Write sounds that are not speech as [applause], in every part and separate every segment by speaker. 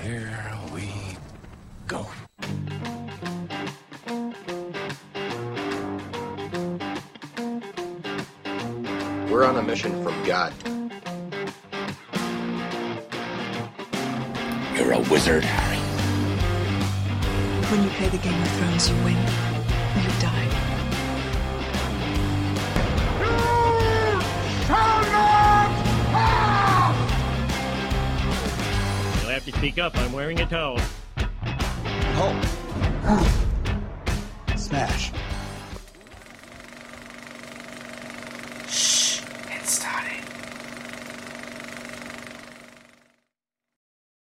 Speaker 1: here we go.
Speaker 2: We're on a mission from God.
Speaker 1: You're a wizard, Harry.
Speaker 3: When you play the Game of Thrones, you win or you die.
Speaker 4: You'll have to speak up. I'm wearing a towel.
Speaker 5: Smash.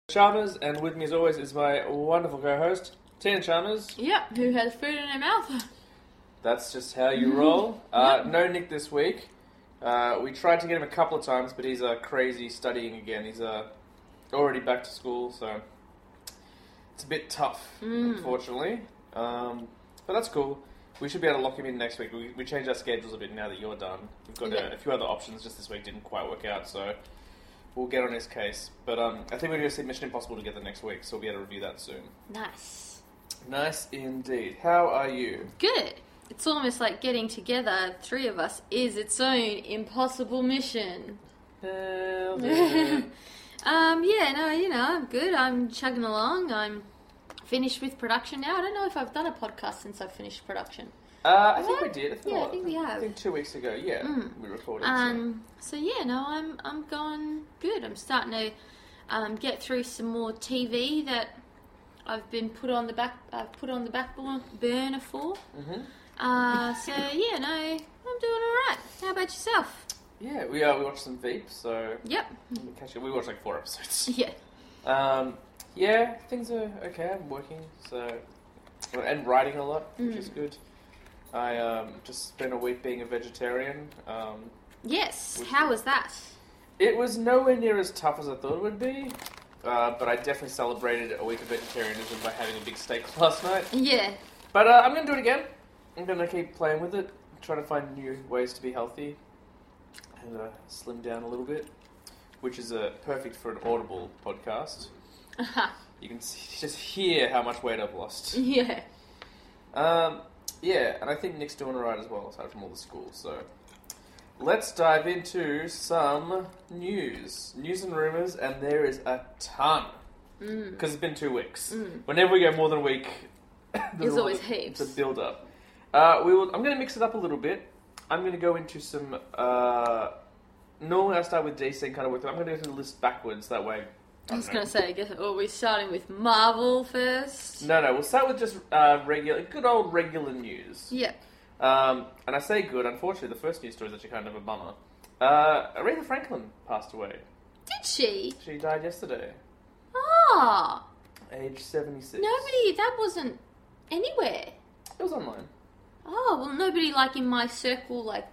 Speaker 6: Chalmers, and with me as always is my wonderful co-host, Tina Chalmers.
Speaker 7: Yep, who has food in her mouth.
Speaker 6: That's just how you
Speaker 7: [laughs]
Speaker 6: roll. Uh, no Nick this week. Uh, we tried to get him a couple of times, but he's uh, crazy studying again. He's uh, already back to school, so it's a bit tough,
Speaker 7: Mm.
Speaker 6: unfortunately. Um, but that's cool. We should be able to lock him in next week. We, we changed our schedules a bit now that you're done. We've got uh,
Speaker 7: Yeah.
Speaker 6: a, a few other options. Just this week didn't quite work out, so we'll get on his case. But um, I think we're going to see Mission Impossible together next week, so we'll be able to review that soon.
Speaker 7: Nice.
Speaker 6: Nice indeed. How are you?
Speaker 7: Good. It's almost like getting together, three of us, is its own impossible mission. [laughs]
Speaker 6: Nailed it.
Speaker 7: Um, yeah, no, you know, I'm good. I'm chugging along. I'm finished with production now. I don't know if I've done a podcast since I've finished production.
Speaker 6: uh, I think we
Speaker 7: What?
Speaker 6: did. I think,
Speaker 7: Yeah, I think we have. Mm.
Speaker 6: I think two weeks ago. Yeah, we recorded. so.
Speaker 7: Um, so yeah, no, I'm I'm going good. I'm starting to um, get through some more TV that I've been put on the back I've put on the back bur- burner for. Uh, so yeah, no, I'm doing all right. How about yourself?
Speaker 6: Yeah, we uh, we watched some Veep, so
Speaker 7: Yep.
Speaker 6: we catch up. We watched like four episodes.
Speaker 7: [laughs] Yeah.
Speaker 6: Um, yeah, things are okay. I'm working, so and writing a lot, which
Speaker 7: Mm.
Speaker 6: is good. I um, just spent a week being a vegetarian. Um,
Speaker 7: Yes.
Speaker 6: Which
Speaker 7: How
Speaker 6: one?
Speaker 7: was that?
Speaker 6: It was nowhere near as tough as I thought it would be, uh, but I definitely celebrated a week of vegetarianism by having a big steak [laughs] last night.
Speaker 7: Yeah.
Speaker 6: But uh, I'm gonna do it again. I'm gonna keep playing with it, trying to find new ways to be healthy and uh, slim down a little bit, which is uh, perfect for an audible podcast. You can see, just hear how much weight I've lost.
Speaker 7: yeah.
Speaker 6: Um, yeah, and I think Nick's doing alright as well, aside from all the school. So let's dive into some news, news and rumors, and there is a ton
Speaker 7: Mm.
Speaker 6: because it's been two weeks. Whenever we go more than a week, [laughs]
Speaker 7: There's
Speaker 6: all
Speaker 7: always
Speaker 6: the,
Speaker 7: heaps.
Speaker 6: The build up. Uh, we will. I'm going to mix it up a little bit. I'm going to go into some. Uh, normally I start with DC and kind of work. through- I'm going to go through the list backwards. That way.
Speaker 7: I was gonna say, I guess are we starting with Marvel first?
Speaker 6: No, no. We'll start with just uh, regular, good old regular news.
Speaker 7: Yeah.
Speaker 6: Um, and I say good, unfortunately, the first news story is actually kind of a bummer. Uh, Aretha Franklin passed away.
Speaker 7: Did she?
Speaker 6: She died yesterday,
Speaker 7: Ah.
Speaker 6: age 76.
Speaker 7: Nobody. That wasn't anywhere.
Speaker 6: It was online.
Speaker 7: Oh well, nobody like in my circle like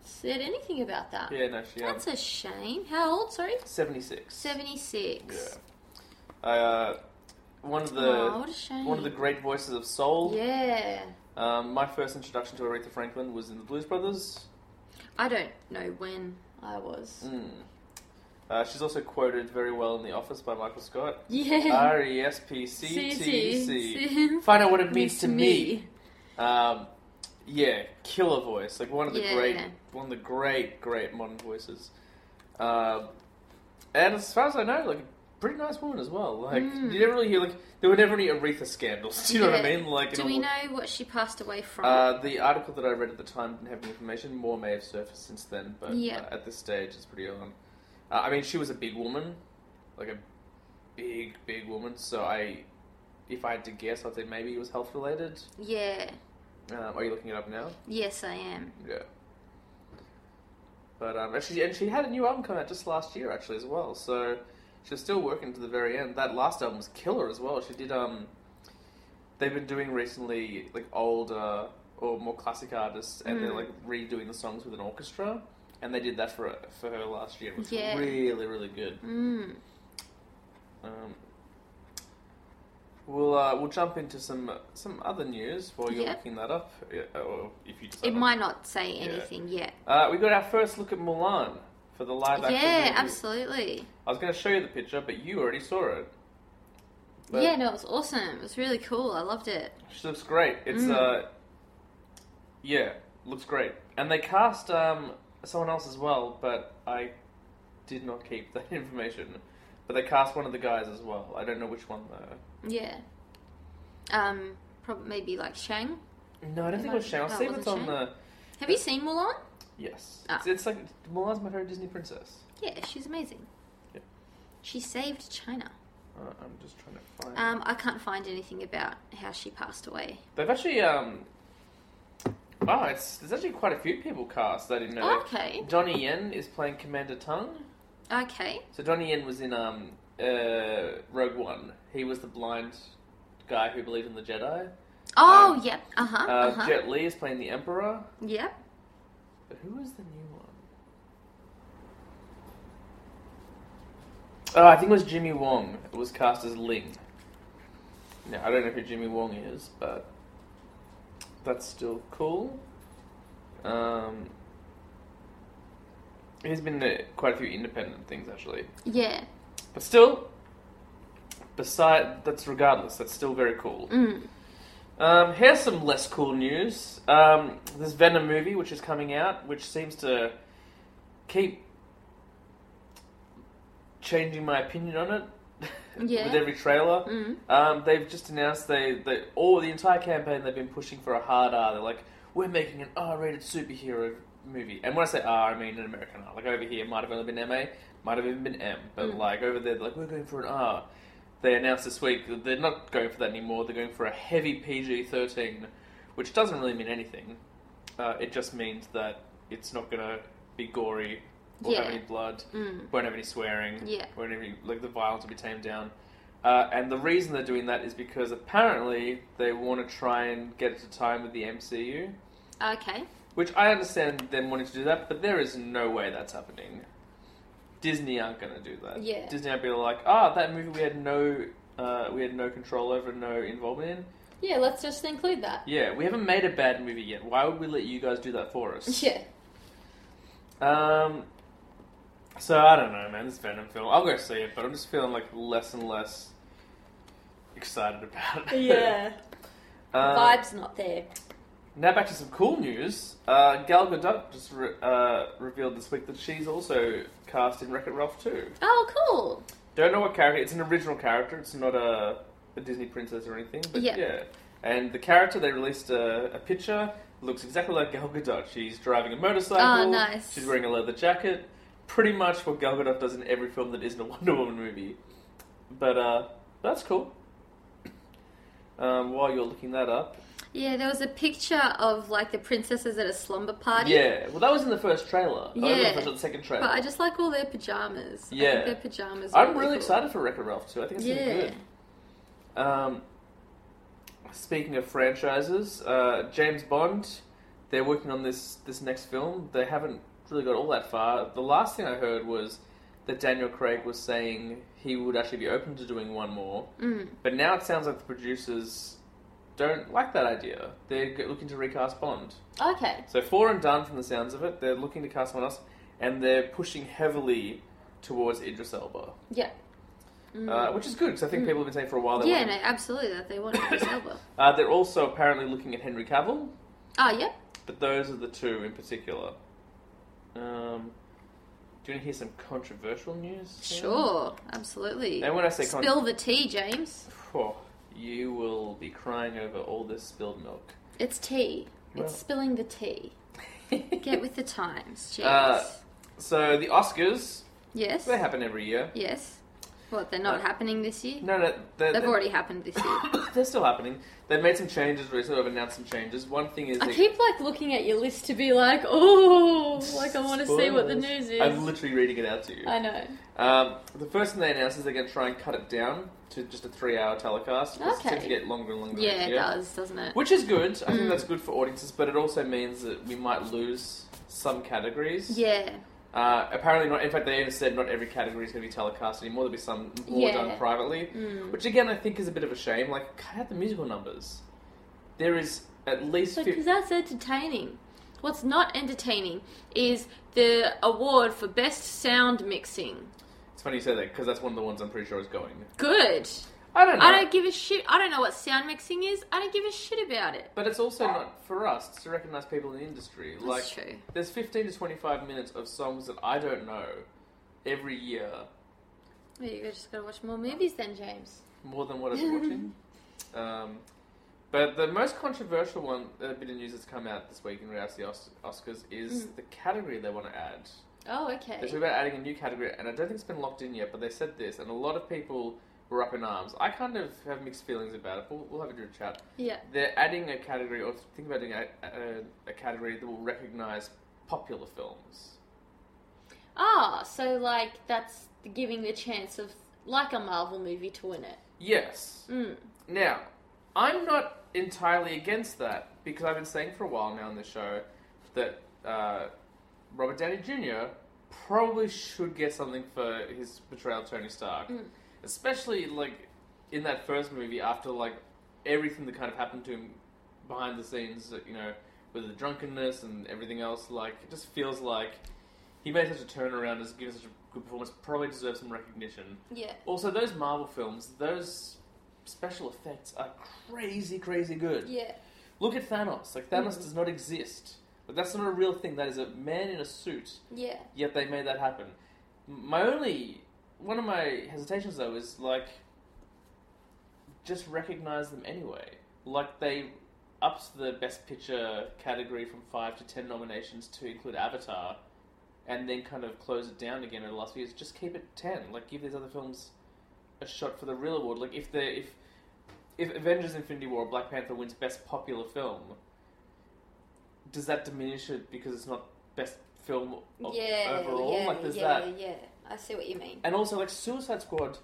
Speaker 7: said anything about that.
Speaker 6: Yeah, no, she um,
Speaker 7: That's a shame. How old? Sorry,
Speaker 6: 76.
Speaker 7: seventy six.
Speaker 6: Yeah. Uh, one of the
Speaker 7: Oh, what a shame.
Speaker 6: one of the great voices of soul.
Speaker 7: Yeah.
Speaker 6: Um, my first introduction to Aretha Franklin was in the Blues Brothers.
Speaker 7: I don't know when I was.
Speaker 6: Mm. Hmm. Uh, she's also quoted very well in The Office by Michael [laughs] Scott.
Speaker 7: Yeah.
Speaker 6: R E S P C
Speaker 7: [laughs]
Speaker 6: T E C.
Speaker 7: CTC.
Speaker 6: Find out what it means to
Speaker 7: [laughs]
Speaker 6: me. Um, yeah, killer voice, like one of the
Speaker 7: Yeah.
Speaker 6: great, one of the great, great modern voices. Um, and as far as I know, like pretty nice woman as well. Like you never really hear like there were never any Aretha scandals. [laughs] Do you know what I
Speaker 7: Hmm. Yeah.
Speaker 6: mean? Like,
Speaker 7: Do
Speaker 6: in
Speaker 7: we
Speaker 6: all-
Speaker 7: know what she passed away from?
Speaker 6: Uh, the article that I read at the time didn't have any information. More may have surfaced since then, but
Speaker 7: Yeah.
Speaker 6: uh, at this stage, it's pretty on. Uh, I mean, she was a big woman, like a big, big woman. So I, if I had to guess, I'd say maybe it was health related.
Speaker 7: yeah.
Speaker 6: Um, are you looking it up now?
Speaker 7: Yes, I am.
Speaker 6: Yeah. But um, and she and she had a new album come out just last year actually as well. So she's still working to the very end. That last album was killer as well. She did um. They've been doing recently like older or more classic artists, and
Speaker 7: Hmm.
Speaker 6: they're like redoing the songs with an orchestra, and they did that for for her last year, which
Speaker 7: Yeah.
Speaker 6: was really really good.
Speaker 7: Mm.
Speaker 6: Um, we'll uh, we'll jump into some some other news while you're
Speaker 7: Yeah.
Speaker 6: looking that up, uh, or if you decide
Speaker 7: It
Speaker 6: not
Speaker 7: might not say anything yet.
Speaker 6: uh, we got our first look at Mulan for the live action.
Speaker 7: Yeah,
Speaker 6: movie.
Speaker 7: absolutely.
Speaker 6: I was going to show you the picture, but you already saw it. But
Speaker 7: yeah, no, it was awesome. It was really cool. I loved it.
Speaker 6: She looks great. It's
Speaker 7: Mm.
Speaker 6: uh, yeah, looks great. And they cast um someone else as well, but I did not keep [laughs] that information. But they cast one of the guys as well. I don't know which one though.
Speaker 7: Yeah. Um, probably maybe like Shang.
Speaker 6: No, I don't think it was Shang. I'll
Speaker 7: That
Speaker 6: see if
Speaker 7: wasn't
Speaker 6: it's on
Speaker 7: Shang?
Speaker 6: the
Speaker 7: Have you seen Mulan?
Speaker 6: yes.
Speaker 7: Ah.
Speaker 6: It's, it's like Mulan's my favorite Disney princess.
Speaker 7: Yeah, she's amazing.
Speaker 6: Yeah.
Speaker 7: She saved China.
Speaker 6: Uh, I'm just trying to find.
Speaker 7: Um, I can't find anything about how she passed away.
Speaker 6: They've actually um. Oh, it's there's actually quite a few people cast. that I didn't know.
Speaker 7: Oh, okay.
Speaker 6: Donnie Yen is playing Commander Tung.
Speaker 7: Okay.
Speaker 6: So Donnie Yen was in um, uh, Rogue One. He was the blind guy who believed in the Jedi.
Speaker 7: Oh,
Speaker 6: Um,
Speaker 7: yep. Uh huh.
Speaker 6: Uh,
Speaker 7: Uh huh.
Speaker 6: Jet Li is playing the Emperor.
Speaker 7: Yep.
Speaker 6: But who is the new one? Oh, I think it was Jimmy Wong. It was cast as Ling. Now, I don't know who Jimmy Wong is, but that's still cool. Um, he's been in uh, quite a few independent things, actually.
Speaker 7: Yeah.
Speaker 6: But still, beside that's regardless, that's still very cool.
Speaker 7: Mm.
Speaker 6: Um, here's some less cool news. Um, this Venom movie, which is coming out, which seems to keep changing my opinion on it
Speaker 7: Yeah.
Speaker 6: with every trailer.
Speaker 7: Mm.
Speaker 6: Um, they've just announced they, they all the entire campaign they've been pushing for a hard R. They're like, we're making an R-rated superhero movie, and when I say R, I mean an American R. Like over here, it might have only been MA, might have even been M, but
Speaker 7: Mm.
Speaker 6: like over there, they're like we're going for an R. They announced this week that they're not going for that anymore. They're going for a heavy PG-13, which doesn't really mean anything. Uh, it just means that it's not going to be gory or have
Speaker 7: Yeah.
Speaker 6: any blood,
Speaker 7: Mm.
Speaker 6: won't have any swearing,
Speaker 7: Yeah.
Speaker 6: won't have any, like the violence will be tamed down. Uh, and the reason they're doing that is because apparently they want to try and get it to time with the MCU,
Speaker 7: Okay.
Speaker 6: which I understand them wanting to do that, but there is no way that's happening. Disney aren't going to do that.
Speaker 7: Yeah.
Speaker 6: Disney aren't be like, ah, that movie we had no, uh, we had no control over, no involvement in.
Speaker 7: Yeah, let's just include that.
Speaker 6: Yeah, we haven't made a bad movie yet. Why would we let you guys do that for us?
Speaker 7: Yeah.
Speaker 6: Um. So I don't know, man. This Venom film, I'll go see it, but I'm just feeling like less and less excited about [laughs] it. Uh,
Speaker 7: Vibe's not there.
Speaker 6: now back to some cool news. Uh, Gal Gadot just re- uh, revealed this week that she's also cast in Wreck It Ralph too.
Speaker 7: Oh, cool.
Speaker 6: Don't know what character. It's an original character. It's not a, a Disney princess or anything. But
Speaker 7: Yeah.
Speaker 6: yeah. And the character they released a, a picture looks exactly like Gal Gadot. She's driving a motorcycle.
Speaker 7: Oh, nice.
Speaker 6: She's wearing a leather jacket. Pretty much what Gal Gadot does in every film that isn't a [laughs] Wonder Woman movie. But uh, that's cool. Um, while you're looking that up,
Speaker 7: Yeah, there was a picture of like the princesses at a slumber party.
Speaker 6: yeah. Well, that was in the first trailer. That was in the,
Speaker 7: Yeah.
Speaker 6: first or the second trailer.
Speaker 7: But I just like all their pajamas. I
Speaker 6: Yeah.
Speaker 7: think their pajamas. are
Speaker 6: I'm really
Speaker 7: cool.
Speaker 6: excited for Wreck-It Ralph too. I think it's gonna be
Speaker 7: Yeah.
Speaker 6: good. Um, speaking of franchises, uh, James Bond, they're working on this this next film. They haven't really got all that far. The last thing I heard was that Daniel Craig was saying he would actually be open to doing one more,
Speaker 7: Mm.
Speaker 6: but now it sounds like the producers don't like that idea. They're g- looking to recast Bond.
Speaker 7: Okay.
Speaker 6: So four and done from the sounds of it. They're looking to cast someone else, and they're pushing heavily towards Idris Elba.
Speaker 7: Yeah.
Speaker 6: Uh, which is good because I think people have been saying for a while. They
Speaker 7: Mm. Yeah,
Speaker 6: want
Speaker 7: no,
Speaker 6: him.
Speaker 7: absolutely. That they
Speaker 6: [coughs]
Speaker 7: want Idris Elba.
Speaker 6: Uh, they're also apparently looking at Henry Cavill,
Speaker 7: Oh, yeah.
Speaker 6: but those are the two in particular. Um, do you want to hear some controversial news? Sam?
Speaker 7: Sure. Absolutely.
Speaker 6: And when I say con-
Speaker 7: Spill the tea, James.
Speaker 6: Oh, you will be crying over all this spilled
Speaker 7: [laughs]
Speaker 6: milk.
Speaker 7: It's tea.
Speaker 6: Well.
Speaker 7: It's spilling the tea. Get with the times,
Speaker 6: [laughs]
Speaker 7: James.
Speaker 6: Uh, so the Oscars,
Speaker 7: yes.
Speaker 6: they happen every year.
Speaker 7: Yes. What? They're not
Speaker 6: Uh,
Speaker 7: happening this year.
Speaker 6: No, no, they're,
Speaker 7: They've
Speaker 6: they're-
Speaker 7: already happened this year.
Speaker 6: [coughs] they're still happening. They've made some changes recently. They've announced some changes. One thing is
Speaker 7: I
Speaker 6: they-
Speaker 7: keep like looking at your list to be like, oh, like I want to see what the
Speaker 6: Spoilers.
Speaker 7: news is.
Speaker 6: I'm literally reading it out to you.
Speaker 7: I know.
Speaker 6: Um, the first thing they announced is they're going to try and cut it down to just a three-hour telecast. because It
Speaker 7: Okay.
Speaker 6: tends to get longer and longer.
Speaker 7: Yeah,
Speaker 6: each
Speaker 7: it
Speaker 6: year.
Speaker 7: does, Mm. doesn't it?
Speaker 6: Which is good. I think that's good for audiences, but it also means that we might lose some categories.
Speaker 7: Yeah.
Speaker 6: Uh, apparently not. In fact, they even said not every category is going to be telecast anymore. There'll be some more
Speaker 7: Yeah. Mm.
Speaker 6: done privately, which again I think is a bit of a shame. Like cut out the musical numbers. There is at least
Speaker 7: So,
Speaker 6: fif-
Speaker 7: because that's entertaining. What's not entertaining is the award for best sound mixing.
Speaker 6: it's funny you say that because that's one of the ones I'm pretty sure is going.
Speaker 7: Good.
Speaker 6: I don't know.
Speaker 7: I don't give a shit. I don't know what sound mixing is. I don't give a shit about it.
Speaker 6: But it's also not for us it's to recognize people in the industry. like,
Speaker 7: true.
Speaker 6: there's 15 to 25 minutes of songs that I don't know every year,
Speaker 7: Well, you just gotta watch more movies then, James.
Speaker 6: more than what I'm watching. Um, but the most controversial one, a bit of news that's come out this week in regards to the Os- Oscars, is the category they want to add.
Speaker 7: Oh,
Speaker 6: They
Speaker 7: okay.
Speaker 6: talk about adding a new category, and I don't think it's been locked in yet, but they said this, and a lot of people were up in arms. I kind of have mixed feelings about it, but we'll have a good chat.
Speaker 7: Yeah.
Speaker 6: They're adding a category, or think about doing a, a, a category that will recognise popular films.
Speaker 7: Ah, so like that's giving the chance of like a Marvel movie to win it.
Speaker 6: Yes.
Speaker 7: Mm.
Speaker 6: Now, I'm not entirely against that because I've been saying for a while now on this show that uh, Robert Downey Jr. probably should get something for his portrayal of Tony Stark, especially like in that first movie after like everything that kind of happened to him behind the scenes, you know, with the drunkenness and everything else. Like, it just feels like he made such a turnaround, has given such a good performance, probably deserves some recognition.
Speaker 7: Yeah.
Speaker 6: Also, those Marvel films, those special effects are crazy, crazy good.
Speaker 7: Yeah.
Speaker 6: Look at Thanos. Like, Thanos does not exist. But that's not a real thing. That is a man in a suit,
Speaker 7: Yeah.
Speaker 6: yet they made that happen. M- My only. One of my hesitations, though, is like. Just recognize them anyway. Like, they upped the Best Picture category from 5 to 10 nominations to include Avatar, and then kind of close it down again in the last few years. Just keep it 10. Like, give these other films a shot for the real award. Like if the if if Avengers: Infinity War, or Black Panther wins Best Popular Film, does that diminish it because it's not Best Film o-
Speaker 7: yeah.
Speaker 6: Oh, overall?
Speaker 7: yeah.
Speaker 6: like there's
Speaker 7: yeah.
Speaker 6: that,
Speaker 7: Yeah. I see what you mean.
Speaker 6: and also like Suicide Squad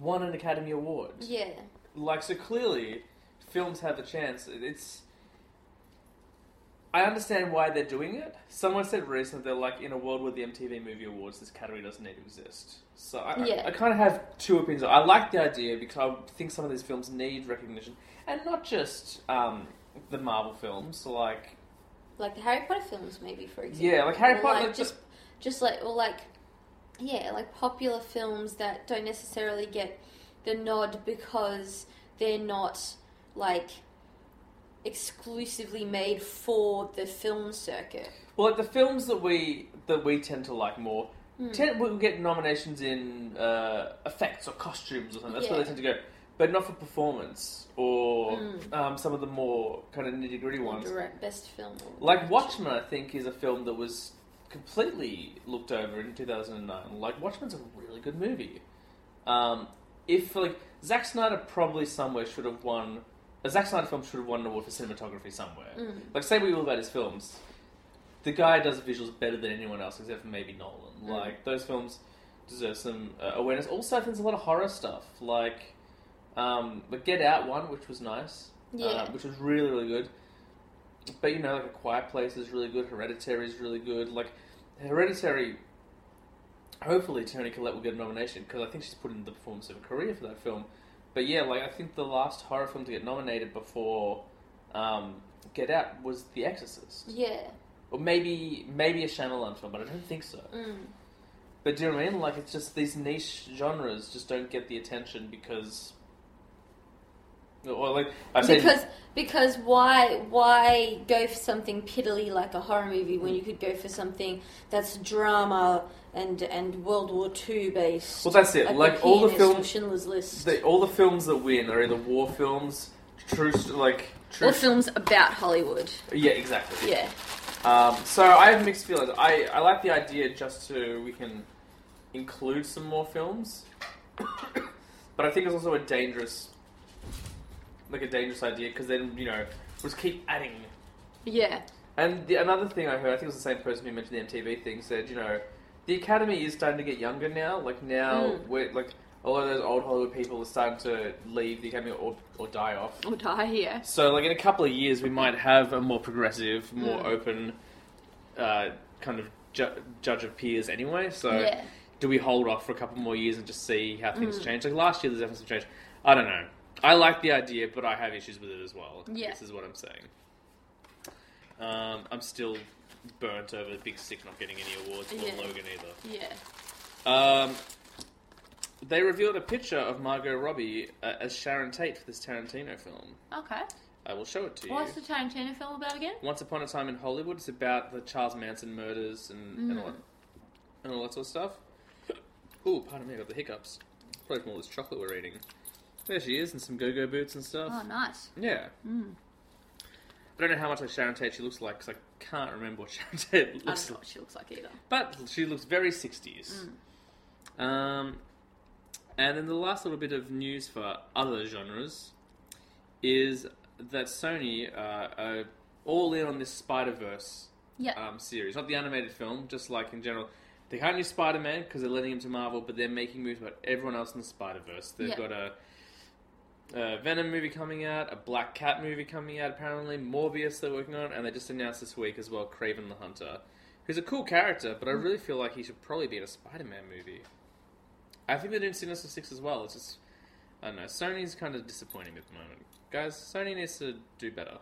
Speaker 6: won an Academy Award.
Speaker 7: Yeah.
Speaker 6: Like so clearly, films have a chance. It- It's I understand why they're doing it. Someone said recently they're like in a world with the MTV Movie Awards, this category doesn't need to exist. So I, I-
Speaker 7: Yeah.
Speaker 6: I, kind of have two opinions. I like the idea because I think some of these films need recognition, and not just um, the Marvel films. Like
Speaker 7: Like the Harry Potter films, maybe for example.
Speaker 6: Yeah, like Harry
Speaker 7: Or,
Speaker 6: Potter-
Speaker 7: Like, just, just like or like, yeah, like popular films that don't necessarily get the nod because they're not like exclusively made for the film circuit.
Speaker 6: Well, like the films that we that we tend to like more, tend we get nominations in uh, effects or costumes or something. That's where
Speaker 7: Yeah.
Speaker 6: they tend to go, but not for performance or um, some of the more kind of nitty gritty
Speaker 7: Or
Speaker 6: ones.
Speaker 7: direct best film. or-
Speaker 6: Like Watchmen, I think is a film that was completely looked over in two thousand and nine. Like Watchmen's a really good movie. Um, if like Zack Snyder probably somewhere should have won. A Zack Snyder film should have won an award for cinematography somewhere. Like say we all about his films, the guy does visuals better than anyone else except for maybe Nolan. Like those films deserve some uh, awareness. Also, I think there's a lot of horror stuff. Like, um, the Get Out one, which was nice,
Speaker 7: Yeah.
Speaker 6: uh, which was really really good. But you know, like A Quiet Place is really good. Hereditary is really good. Like, Hereditary. Hopefully, Tony Collette will get a nomination because I think she's put in the performance of a career for that film. But yeah, like I think the last horror film to get nominated before um, Get Out was The Exorcist
Speaker 7: Yeah.
Speaker 6: or maybe maybe a Shyamalan film, but I don't think so.
Speaker 7: Mm.
Speaker 6: But do you know what I mean? Like it's just these niche genres just don't get the attention because, or like I said,
Speaker 7: Because because why why go for something piddly like a horror movie when you could go for something that's drama and and World War Two based?
Speaker 6: Well, that's it.
Speaker 7: The
Speaker 6: Like, all the
Speaker 7: Pianist
Speaker 6: film-
Speaker 7: or Schindler's List,
Speaker 6: the, all the films that win are either war films, true st- like true.
Speaker 7: or films about Hollywood.
Speaker 6: yeah, exactly.
Speaker 7: Yeah,
Speaker 6: Um, so I have mixed feelings. I, I like the idea just to we can include some more films, [coughs] but I think it's also a dangerous, like a dangerous idea because then you know we'll just keep adding
Speaker 7: yeah,
Speaker 6: And the, another thing I heard, I think it was the same person who mentioned the MTV thing, said, you know, the Academy is starting to get younger now. Like now, we're, like a lot of those old Hollywood people are starting to leave the Academy or, or die off.
Speaker 7: or die here.
Speaker 6: So, like in a couple of years, we might have a more progressive, more
Speaker 7: Hmm.
Speaker 6: open uh, kind of ju- judge of peers. Anyway, so
Speaker 7: Yeah. Hmm.
Speaker 6: do we hold off for a couple more years and just see how things change? Like last year, there's definitely some change. I don't know. I like the idea, but I have issues with it as well.
Speaker 7: Yeah.
Speaker 6: This is what I'm saying. Um, I'm still burnt over Big Sick not getting any awards or
Speaker 7: Yeah.
Speaker 6: Logan either.
Speaker 7: Yeah,
Speaker 6: Um, They revealed a picture of Margot Robbie uh, as Sharon Tate for this Tarantino film.
Speaker 7: Okay.
Speaker 6: I will show it to you.
Speaker 7: What's the Tarantino film about again?
Speaker 6: Once Upon a Time in Hollywood. It's about the Charles Manson murders and, and, all, that, and all that sort of stuff. Ooh, pardon me, I got the hiccups. Probably from all this chocolate we're eating. There she is, in some go-go boots and stuff.
Speaker 7: Oh, nice.
Speaker 6: Yeah. I don't know how much like Sharon Tate she looks like because I can't remember what Sharon Tate [laughs] looks
Speaker 7: I don't know
Speaker 6: like.
Speaker 7: what she looks like either.
Speaker 6: But she looks very 60s. Um, and then the last little bit of news for other genres is that Sony uh, are all in on this Spider Verse
Speaker 7: Yeah.
Speaker 6: um, series. Not the animated film, just like in general. They can't use Spider Man because they're letting him to Marvel, but they're making movies about everyone else in the Spider Verse. They've
Speaker 7: Yeah.
Speaker 6: got a, a Venom movie coming out, a Black Cat movie coming out, apparently, Morbius they're working on, and they just announced this week as well Craven the Hunter, who's a cool character, but I really feel like he should probably be in a Spider Man movie. I think they're doing Sinister Six as well. It's just, I don't know. Sony's kind of disappointing at the moment. Guys, Sony needs to do better.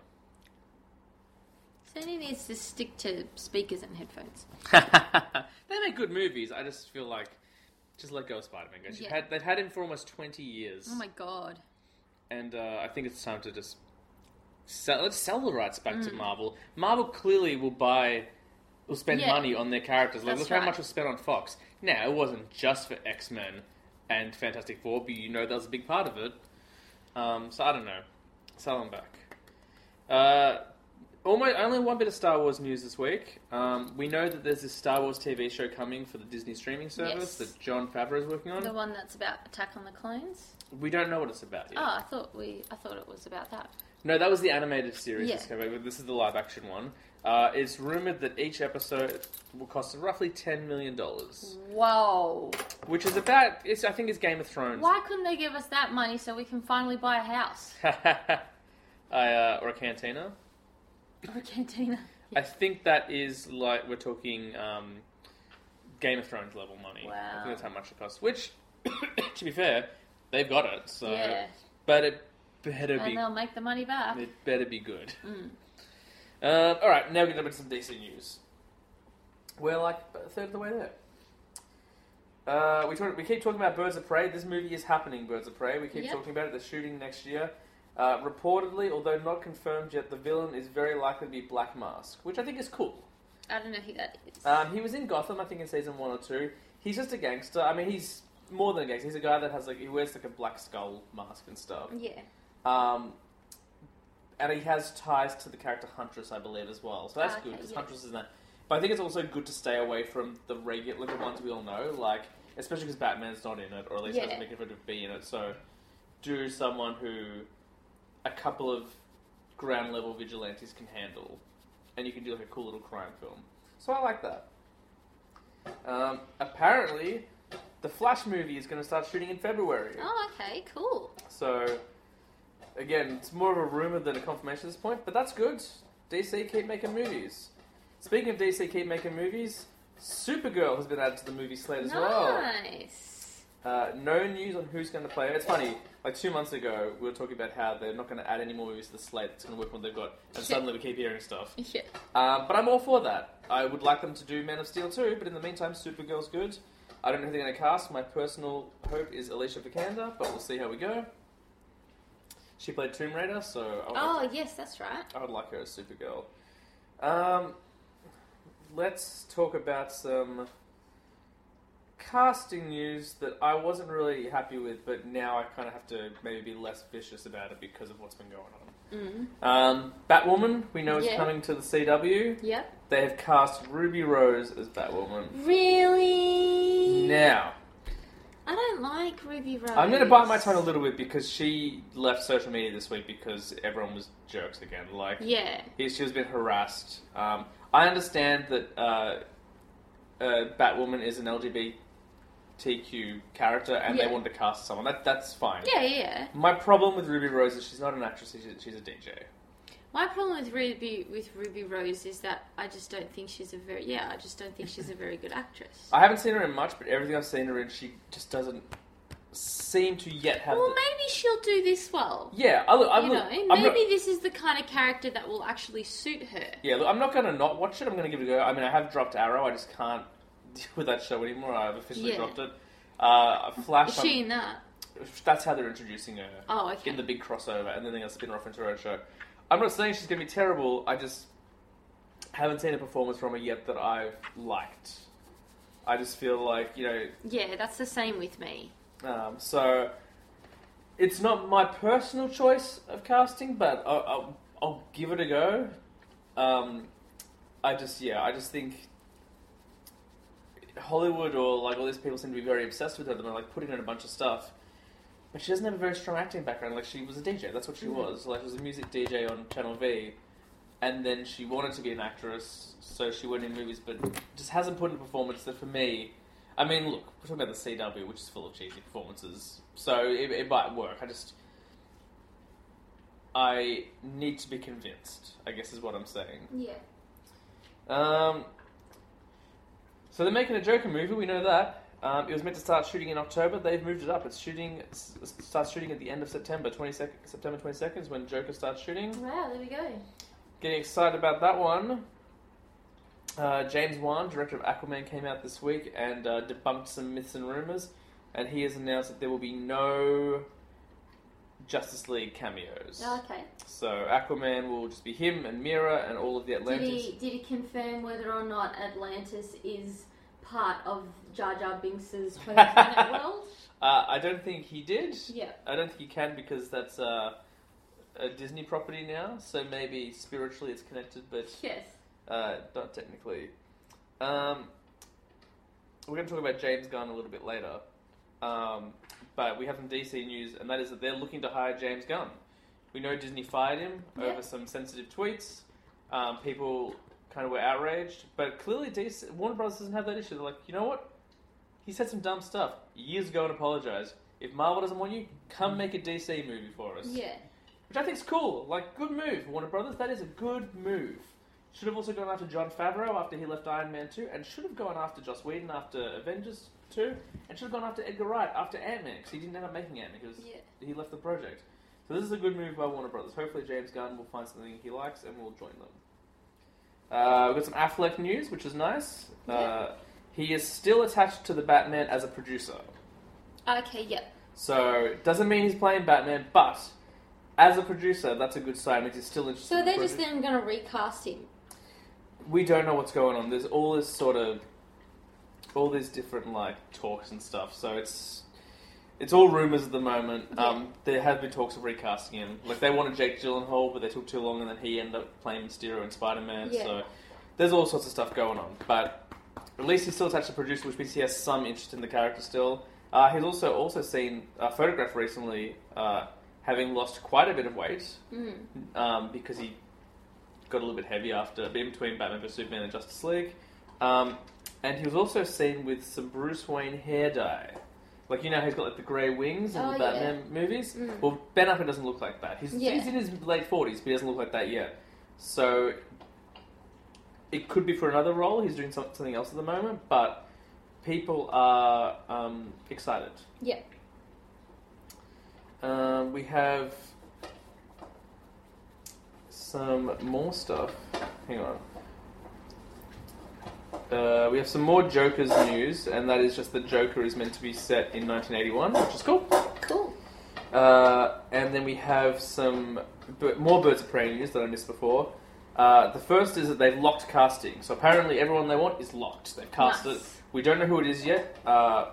Speaker 7: Sony needs to stick to speakers and headphones.
Speaker 6: they make good movies. I just feel like just let go of Spider Man, guys. You've
Speaker 7: Yeah.
Speaker 6: had, they've had him for almost twenty years,
Speaker 7: Oh my god.
Speaker 6: and uh, I think it's time to just sell. Let's sell the rights back
Speaker 7: Mm.
Speaker 6: to Marvel. Marvel clearly will buy. Will spend
Speaker 7: Yeah.
Speaker 6: money on their characters. Like,
Speaker 7: That's
Speaker 6: look how
Speaker 7: right.
Speaker 6: much was spent on Fox. Now, it wasn't just for X Men and Fantastic Four, but you know that was a big part of it. Um, so I don't know. Sell them back. Uh, almost only one bit of Star Wars news this week. Um, we know that there's this Star Wars TV show coming for the Disney streaming service
Speaker 7: Yes.
Speaker 6: that John Favreau is working
Speaker 7: The
Speaker 6: on.
Speaker 7: one that's about Attack on the Clones.
Speaker 6: We don't know what it's about yet.
Speaker 7: Oh, I thought we I thought it was about that.
Speaker 6: No, that was the animated series.
Speaker 7: Yeah.
Speaker 6: that's coming, but This is the live action one. Uh, it's rumored that each episode will cost roughly ten million dollars,
Speaker 7: Whoa.
Speaker 6: which is about. It's, I think it's Game of Thrones.
Speaker 7: Why couldn't they give us that money so we can finally buy a house? [laughs]
Speaker 6: I, [laughs] uh, or a cantina.
Speaker 7: Or a cantina.
Speaker 6: I think that is like we're talking um, Game of Thrones level money. I
Speaker 7: Wow.
Speaker 6: think that's how much it costs. Which, [coughs] to be fair, they've got it. So,
Speaker 7: yeah.
Speaker 6: but it better
Speaker 7: And
Speaker 6: be
Speaker 7: they'll make the money back.
Speaker 6: it better be good. Um, all right, now we're gonna make some decent news. We're like a third of the way there. Uh, we, talk, we keep talking about Birds of Prey. This movie is happening, Birds of Prey. We keep
Speaker 7: Yep.
Speaker 6: talking about it. They're shooting next year. Uh, reportedly, although not confirmed yet, the villain is very likely to be Black Mask, which I think is cool.
Speaker 7: I don't know who that is.
Speaker 6: Um, he was in Gotham, I think, in season one or two. He's just a gangster. I mean, he's more than a gangster. He's a guy that has like he wears like a black skull mask and stuff.
Speaker 7: yeah.
Speaker 6: Um, and he has ties to the character Huntress, I believe, as well. So that's
Speaker 7: Ah, okay,
Speaker 6: good because
Speaker 7: yeah.
Speaker 6: Huntress is in that. But I think it's also good to stay away from the regular the ones we all know, like especially because Batman's not in it, or at least
Speaker 7: Yeah.
Speaker 6: doesn't make an effort to be in it. So do someone who a couple of ground level vigilantes can handle, and you can do like a cool little crime film. So I like that. Um, apparently, the Flash movie is going to start shooting in February.
Speaker 7: Oh, okay, cool.
Speaker 6: So, again, it's more of a rumor than a confirmation at this point, but that's good. DC keep making movies. Speaking of DC keep making movies, Supergirl has been added to the movie slate as well.
Speaker 7: Nice.
Speaker 6: Uh, no news on who's going to play her. It's funny, like two months ago, we were talking about how they're not going to add any more movies to the slate. It's going to work with what they've got, and suddenly we keep hearing stuff.
Speaker 7: Yeah.
Speaker 6: Um, but I'm all for that. I would like them to do Man of Steel too, but in the meantime, Supergirl's good. I don't know who they're going to cast. My personal hope is Alicia Vikander, but we'll see how we go. She played Tomb Raider, so I would,
Speaker 7: Oh, yes, that's right.
Speaker 6: I would like her as Supergirl. Um, let's talk about some casting news that I wasn't really happy with, but now I kind of have to maybe be less vicious about it because of what's been going on. Um, Batwoman, we know is
Speaker 7: Mm-hmm. Yeah.
Speaker 6: coming to the CW.
Speaker 7: Yep.
Speaker 6: They have cast Ruby Rose as Batwoman.
Speaker 7: Really?
Speaker 6: Now,
Speaker 7: I don't like Ruby Rose.
Speaker 6: I'm going to bite my tongue a little bit because she left social media this week because everyone was jerks again. Like,
Speaker 7: Yeah.
Speaker 6: he- she was being harassed. Um, I understand that uh, uh, Batwoman is an LGBTQ character and
Speaker 7: Yeah.
Speaker 6: they wanted to cast someone. That, that's fine.
Speaker 7: Yeah, yeah.
Speaker 6: My problem with Ruby Rose is she's not an actress, she's, she's a DJ.
Speaker 7: My problem with Ruby with Ruby Rose is that I just don't think she's a very yeah I just don't think she's a very good actress.
Speaker 6: I haven't seen her in much, but everything I've seen her in, she just doesn't seem to yet have.
Speaker 7: Well,
Speaker 6: the-
Speaker 7: maybe she'll do this well.
Speaker 6: Yeah, I look, I'm,
Speaker 7: You
Speaker 6: look,
Speaker 7: know,
Speaker 6: I'm
Speaker 7: maybe
Speaker 6: not-
Speaker 7: this is the kind of character that will actually suit her.
Speaker 6: yeah, look, I'm not going to not watch [laughs] it. I'm going to give it a go. I mean, I have dropped Arrow. I just can't deal with that show anymore. I've officially
Speaker 7: Yeah.
Speaker 6: dropped it. Uh, Flash.
Speaker 7: Is she in that?
Speaker 6: That's how they're introducing her
Speaker 7: Oh, okay.
Speaker 6: in the big crossover, and then they're going to spin her off into her own show. I'm not saying she's going to be terrible. I just haven't seen a performance from her yet that I've liked. I just feel like you know
Speaker 7: yeah, that's the same with me.
Speaker 6: um, so it's not my personal choice of casting, but I'll, I'll, I'll give it a go. Um, I just, yeah, I just think Hollywood or like all these people seem to be very obsessed with her. They're like putting her in a bunch of stuff, but she doesn't have a very strong acting background. Like she was a DJ, that's what she was. Like she was a music DJ on Channel V, and then she wanted to be an actress, so she went in movies, but just hasn't put in a performance that for me. I mean, look, we're talking about the CW, which is full of cheesy performances, so it, it might work. I just. I need to be convinced, I guess is what I'm saying.
Speaker 7: Yeah.
Speaker 6: Um, so they're making a Joker movie, we know that. Um, it was meant to start shooting in October, they've moved it up. It's shooting, s- s- starts shooting at the end of September, 22nd, September 22nd is when Joker starts shooting.
Speaker 7: Wow, there we go.
Speaker 6: Getting excited about that one. Uh, James Wan, director of Aquaman, came out this week and uh, debunked some myths and rumors, and he has announced that there will be no Justice League cameos.
Speaker 7: Oh, okay.
Speaker 6: So Aquaman will just be him and Mira and all of the
Speaker 7: Did
Speaker 6: Atlantis.
Speaker 7: he did he confirm whether or not Atlantis is part of Jar Jar
Speaker 6: [laughs]
Speaker 7: Binks's home planet world?
Speaker 6: Uh, I don't think he did.
Speaker 7: Yeah.
Speaker 6: I don't think he can because that's uh, a Disney property now. So maybe spiritually it's connected, but
Speaker 7: Yes.
Speaker 6: Uh, not technically. Um, we're going to talk about James Gunn a little bit later. Um, but we have some DC news, and that is that they're looking to hire James Gunn. We know Disney fired him
Speaker 7: Yeah.
Speaker 6: over some sensitive tweets. Um, people kind of were outraged, but clearly DC, Warner Bros. doesn't have that issue. They're like, you know what? He said some dumb stuff years ago and apologized. If Marvel doesn't want you, come make a DC movie for us
Speaker 7: Mm. Yeah.
Speaker 6: which I think's cool. Like, good move, Warner Brothers. That is a good move. Should have also gone after John Favreau after he left Iron Man 2, and should have gone after Joss Whedon after Avengers 2, and should have gone after Edgar Wright after Ant Man, because he didn't end up making Ant Man, because
Speaker 7: Yeah.
Speaker 6: he left the project. So this is a good move by Warner Brothers. Hopefully James Gunn will find something he likes and will join them. Uh, we've got some Affleck news, which is nice. Uh, he is still attached to the Batman as a producer.
Speaker 7: Okay. Yep.
Speaker 6: So it doesn't mean he's playing Batman, but as a producer, that's a good sign because he's still interested.
Speaker 7: So
Speaker 6: in
Speaker 7: they're
Speaker 6: the
Speaker 7: just
Speaker 6: project.
Speaker 7: then going to recast him.
Speaker 6: we don't know what's going on. There's all this sort of all these different like talks and stuff. So it's it's all rumors at the moment. Um, there have been talks of recasting him. Like they wanted Jake Gyllenhaal, but they took too long, and then he ended up playing Mysterio in Spider Man.
Speaker 7: Yeah.
Speaker 6: So there's all sorts of stuff going on. But at least he's still attached to producer, which means he has some interest in the character still. Uh, he's also also seen a photograph recently, uh, having lost quite a bit of weight um, because he got a little bit heavy after in between Batman vs Superman and Justice League. Um, and he was also seen with some Bruce Wayne hair dye. Like you know, how he's got like the grey wings in
Speaker 7: Oh,
Speaker 6: the
Speaker 7: yeah. Mm.
Speaker 6: Batman movies. Well, Ben Affleck doesn't look like that. He's,
Speaker 7: Yeah.
Speaker 6: he's in his late forties, but he doesn't look like that yet. So it could be for another role. He's doing some- something else at the moment, but people are um, excited.
Speaker 7: Yep.
Speaker 6: Um, we have some more stuff. Hang on. Uh, we have some more Joker's news, and that is just that Joker is meant to be set in 1981, which is cool.
Speaker 7: Cool.
Speaker 6: Uh, and then we have some b- more Birds of Prey news that I missed before. Uh, the first is that they've locked casting. So apparently everyone they want is locked. They've cast
Speaker 7: Nice.
Speaker 6: it. We don't know who it is yet. Uh,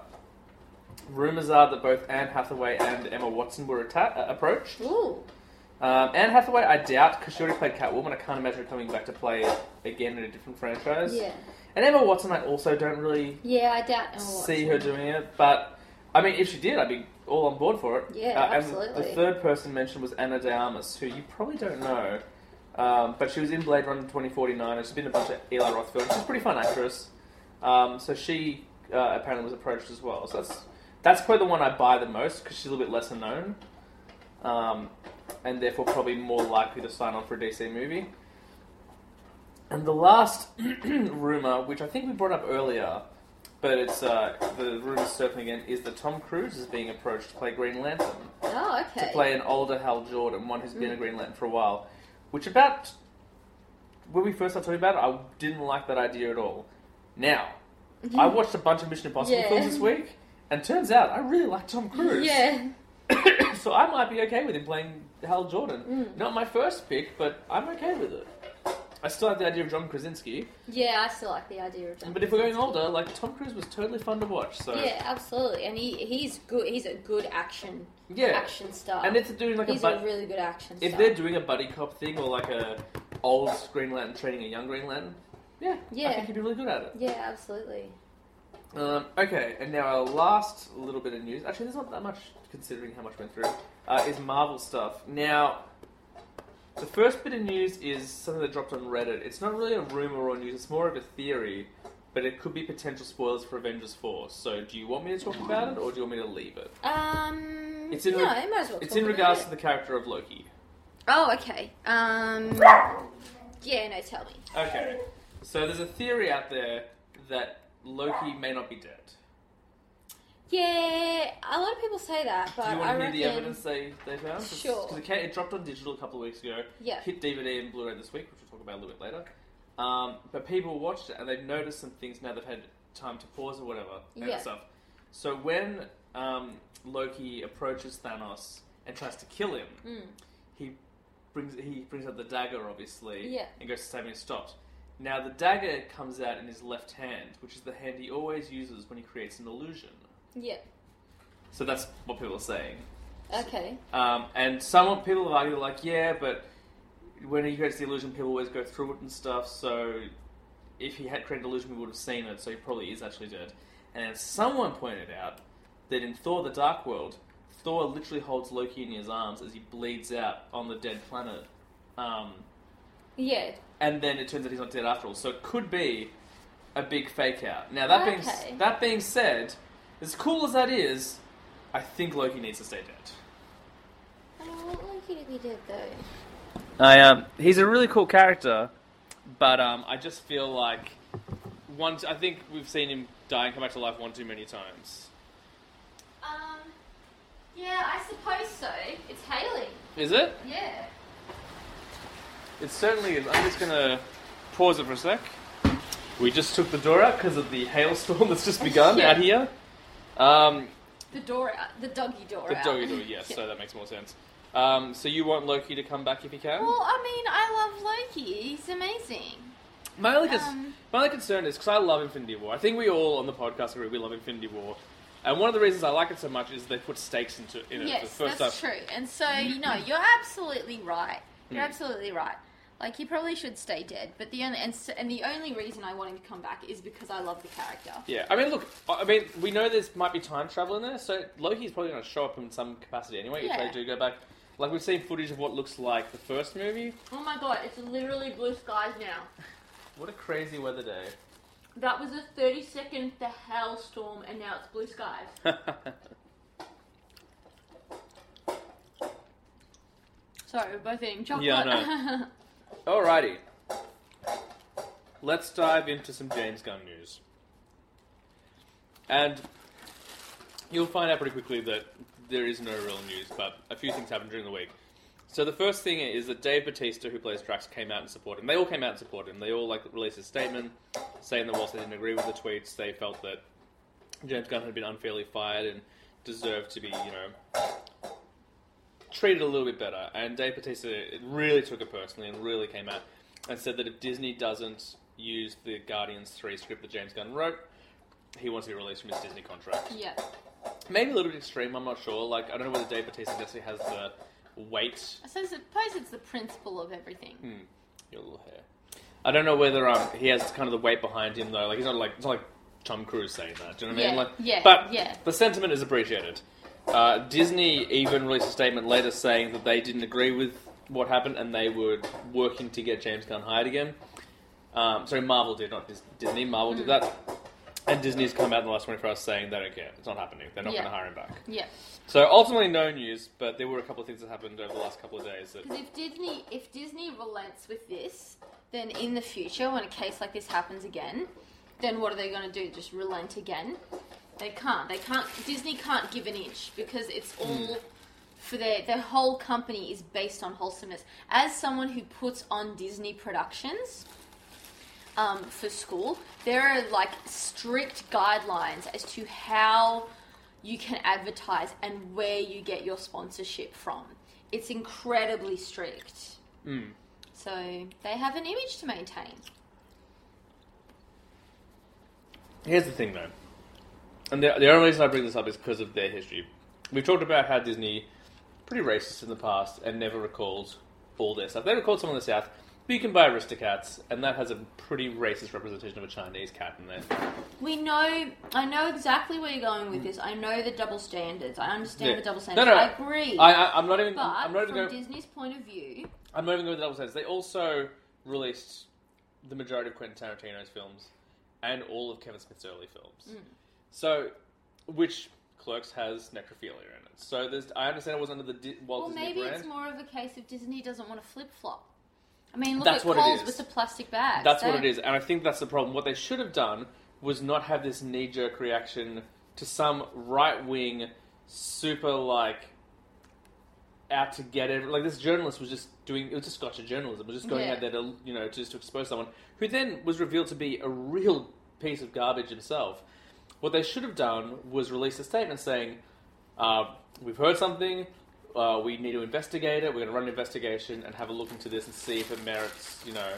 Speaker 6: rumors are that both Anne Hathaway and Emma Watson were atta- uh, approached.
Speaker 7: Ooh.
Speaker 6: Um, Anne Hathaway, I doubt, because she already played Catwoman. I can't imagine her coming back to play it again in a different franchise.
Speaker 7: Yeah.
Speaker 6: And Emma Watson, I also don't really
Speaker 7: Yeah. I doubt. Emma
Speaker 6: see
Speaker 7: Watson.
Speaker 6: her doing it. But I mean, if she did, I'd be all on board for it.
Speaker 7: Yeah,
Speaker 6: Uh, and
Speaker 7: absolutely.
Speaker 6: The third person mentioned was Anna De Armas, who you probably don't know, um, but she was in Blade Runner 2049. and She's been in a bunch of Eli Roth films. She's a pretty fun actress. Um, so she uh, apparently was approached as well. So that's that's probably the one I buy the most because she's a little bit lesser known, um, and therefore probably more likely to sign on for a DC movie. And the last [clears throat] rumor, which I think we brought up earlier, but it's uh, the rumor circling again, is that Tom Cruise is being approached to play Green Lantern
Speaker 7: Oh, okay.
Speaker 6: to
Speaker 7: [laughs]
Speaker 6: play an older Hal Jordan, one who's been
Speaker 7: Mm.
Speaker 6: a Green Lantern for a while. Which about when we first started talking about it, I didn't like that idea at all. Now, I watched a bunch of Mission Impossible
Speaker 7: Mm-hmm. Yeah.
Speaker 6: films this week, And turns out I really like Tom Cruise.
Speaker 7: Yeah.
Speaker 6: so I might be okay with him playing Hal Jordan.
Speaker 7: Mm.
Speaker 6: Not my first pick, but I'm okay with it. I still like the idea of John Krasinski,
Speaker 7: Yeah, I still like the idea of John.
Speaker 6: but if we're going older, like Tom Cruise was totally fun to watch. So
Speaker 7: Yeah, absolutely. And he, he's good. He's a good action
Speaker 6: Yeah.
Speaker 7: action star.
Speaker 6: and it's doing like
Speaker 7: he's
Speaker 6: a, bu-
Speaker 7: a really good action
Speaker 6: if
Speaker 7: star.
Speaker 6: they're doing a buddy cop thing or like a old Green Lantern training a young Green Lantern, yeah, I
Speaker 7: Yeah.
Speaker 6: think he'd be really good at it.
Speaker 7: Yeah, absolutely.
Speaker 6: Um, okay, and now our last little bit of news. Actually, there's not that much considering how much went through. Uh, is Marvel stuff. Now, the first bit of news is something that dropped on Reddit. It's not really a rumor or news. It's more of a theory, but it could be potential spoilers for Avengers Four. So, do you want me to talk about it, or do you want me to leave it?
Speaker 7: Um,
Speaker 6: It's in
Speaker 7: no,
Speaker 6: re-
Speaker 7: it might as well
Speaker 6: It's
Speaker 7: talk
Speaker 6: in
Speaker 7: about
Speaker 6: regards
Speaker 7: it.
Speaker 6: to the character of Loki.
Speaker 7: Oh, okay. Um, yeah, no, tell me.
Speaker 6: Okay, so there's a theory out there that Loki may not be dead.
Speaker 7: Yeah, a lot of people say that, but
Speaker 6: Do you want
Speaker 7: I
Speaker 6: to hear
Speaker 7: reckon.
Speaker 6: the evidence they, they found?
Speaker 7: Sure.
Speaker 6: Because it, ca- it dropped on digital a couple of weeks ago.
Speaker 7: Yeah.
Speaker 6: Hit DVD and Blu-ray this week, which we'll talk about a little bit later. Um, but people watched it and they've noticed some things now they've had time to pause or whatever and
Speaker 7: Yeah.
Speaker 6: stuff. So when um, Loki approaches Thanos and tries to kill him,
Speaker 7: Mm.
Speaker 6: he brings he brings out the dagger, obviously,
Speaker 7: Yeah.
Speaker 6: and goes to stab him and stops. Now the dagger comes out in his left hand, which is the hand he always uses when he creates an illusion.
Speaker 7: Yeah.
Speaker 6: So that's what people are saying.
Speaker 7: Okay.
Speaker 6: Um, and some people have argued, like, yeah, but when he creates the illusion, people always go through it and stuff. So if he had created illusion, we would have seen it. So he probably is actually dead. And someone pointed out that in Thor: The Dark World, Thor literally holds Loki in his arms as he bleeds out on the dead planet. Um,
Speaker 7: Yeah.
Speaker 6: and then it turns out he's not dead after all. So it could be a big fake out. Now that
Speaker 7: Okay.
Speaker 6: being that being said, as cool as that is, I think Loki needs to stay dead.
Speaker 7: I don't want Loki to be dead though.
Speaker 6: I um, he's a really cool character, but um, I just feel like one. I think we've seen him die and come back to life one too many times.
Speaker 7: Um, yeah, I suppose so. It's Haley.
Speaker 6: Is it?
Speaker 7: Yeah.
Speaker 6: It certainly is. I'm just gonna pause it for a sec. We just took the door out because of the hailstorm [laughs] that's just begun
Speaker 7: Yeah.
Speaker 6: out here. Um,
Speaker 7: The door out. The doggy door
Speaker 6: the
Speaker 7: out.
Speaker 6: doggy door, yes, so that makes more sense. Um, so you want Loki to come back if he can?
Speaker 7: [laughs] Well, I mean, I love Loki. He's amazing.
Speaker 6: My only, cons-
Speaker 7: Um,
Speaker 6: my only concern is because I love Infinity War. I think we all on the podcast agree we love Infinity War, and one of the reasons I like it so much is they put stakes into in it for
Speaker 7: yes,
Speaker 6: the first Mm-hmm.
Speaker 7: that's
Speaker 6: time.
Speaker 7: true. And so, you know, you're absolutely right.
Speaker 6: Mm.
Speaker 7: You're absolutely right. Like he probably should stay dead, but the only and, s and the only reason I want him to come back is because I love the character.
Speaker 6: Yeah, I mean, look, I I mean, we know there's might be time travel in there, so Loki's probably going to show up in some capacity anyway
Speaker 7: Yeah.
Speaker 6: if they do go back. Like we've seen footage of what looks like the first movie.
Speaker 7: Oh my god, it's literally blue skies now.
Speaker 6: What a crazy weather day!
Speaker 7: That was a 30 second the hailstorm, and now it's blue skies.
Speaker 6: [laughs]
Speaker 7: Sorry, we're both eating chocolate.
Speaker 6: Yeah, I know. Alrighty, let's dive into some James Gunn news, and you'll find out pretty quickly that there is no real news, but a few things happened during the week. So the first thing is that Dave Batista, who plays Drax, came out and supported him. They all came out and supported him. They all like released a statement saying that whilst they didn't agree with the tweets, they felt that James Gunn had been unfairly fired and deserved to be, you know, treated a little bit better. And Dave Bautista really took it personally and really came out and said that if Disney doesn't use the Guardians 3 script that James Gunn wrote, he wants to be released from his Disney contract.
Speaker 7: [laughs] yeah.
Speaker 6: Maybe a little bit extreme, I'm not sure. Like, I don't know whether Dave Bautista necessarily has the weight
Speaker 7: I suppose, suppose it's the principle of everything.
Speaker 6: Mm. Your little hair. I don't know whether um he has kind of the weight behind him though. Like he's not like it's not like Tom Cruise saying that. Do you know what I mean?
Speaker 7: Yeah,
Speaker 6: Like,
Speaker 7: yeah,
Speaker 6: But
Speaker 7: yeah.
Speaker 6: the sentiment is appreciated. Uh, Disney even released a statement later saying that they didn't agree with what happened and they were working to get James Gunn hired again. Um, sorry, Marvel did not Dis- Disney. Marvel
Speaker 7: Hmm.
Speaker 6: did that. And Disney has come out in the last 24 hours saying they don't care. It's not happening. They're not
Speaker 7: Yeah.
Speaker 6: going to hire him back.
Speaker 7: Yeah.
Speaker 6: So ultimately, no news. But there were a couple of things that happened over the last couple of days that
Speaker 7: Because if Disney, if Disney relents with this, then in the future, when a case like this happens again, then what are they going to do? Just relent again? They can't. They can't. Disney can't give an inch because it's all for their their whole company is based on wholesomeness. As someone who puts on Disney productions. Um, for school, there are like strict guidelines as to how you can advertise and where you get your sponsorship from. It's incredibly strict.
Speaker 6: Mm.
Speaker 7: So they have an image to maintain.
Speaker 6: Here's the thing, though, and the, the only reason I bring this up is because of their history. We've talked about how Disney pretty racist in the past and never recalls all their stuff. They recalled some of the South, but you can buy Aristocats, and that has a pretty racist representation of a Chinese cat in there.
Speaker 7: We know, I know exactly where you're going with this. I know the double standards. I understand
Speaker 6: Mm. Yeah.
Speaker 7: the double
Speaker 6: No,
Speaker 7: standards.
Speaker 6: no,
Speaker 7: I agree.
Speaker 6: I, I, I'm not even.
Speaker 7: but
Speaker 6: I'm not even
Speaker 7: from
Speaker 6: going.
Speaker 7: Disney's point of view,
Speaker 6: I'm not even going with the double standards. They also released the majority of Quentin Tarantino's films and all of Kevin Smith's early
Speaker 7: Mm.
Speaker 6: films. So, which Clerks has necrophilia in it. So there's. I understand it was under the Di- Walt
Speaker 7: well,
Speaker 6: Disney
Speaker 7: maybe
Speaker 6: brand.
Speaker 7: it's more of a case of Disney doesn't want to flip flop. I mean, look
Speaker 6: That's
Speaker 7: at
Speaker 6: what it
Speaker 7: Coles
Speaker 6: is.
Speaker 7: with the plastic bags.
Speaker 6: That's what
Speaker 7: They-
Speaker 6: it is, and I think that's the problem. What they should have done was not have this knee jerk reaction to some right wing, super like out to get it. Like this journalist was just doing it was just gotcha journalism. It was just going
Speaker 7: Yeah.
Speaker 6: out there to you know just to expose someone who then was revealed to be a real piece of garbage himself. What they should have done was release a statement saying, uh, "We've heard something." Uh, we need to investigate it. We're going to run an investigation and have a look into this and see if it merits, you know,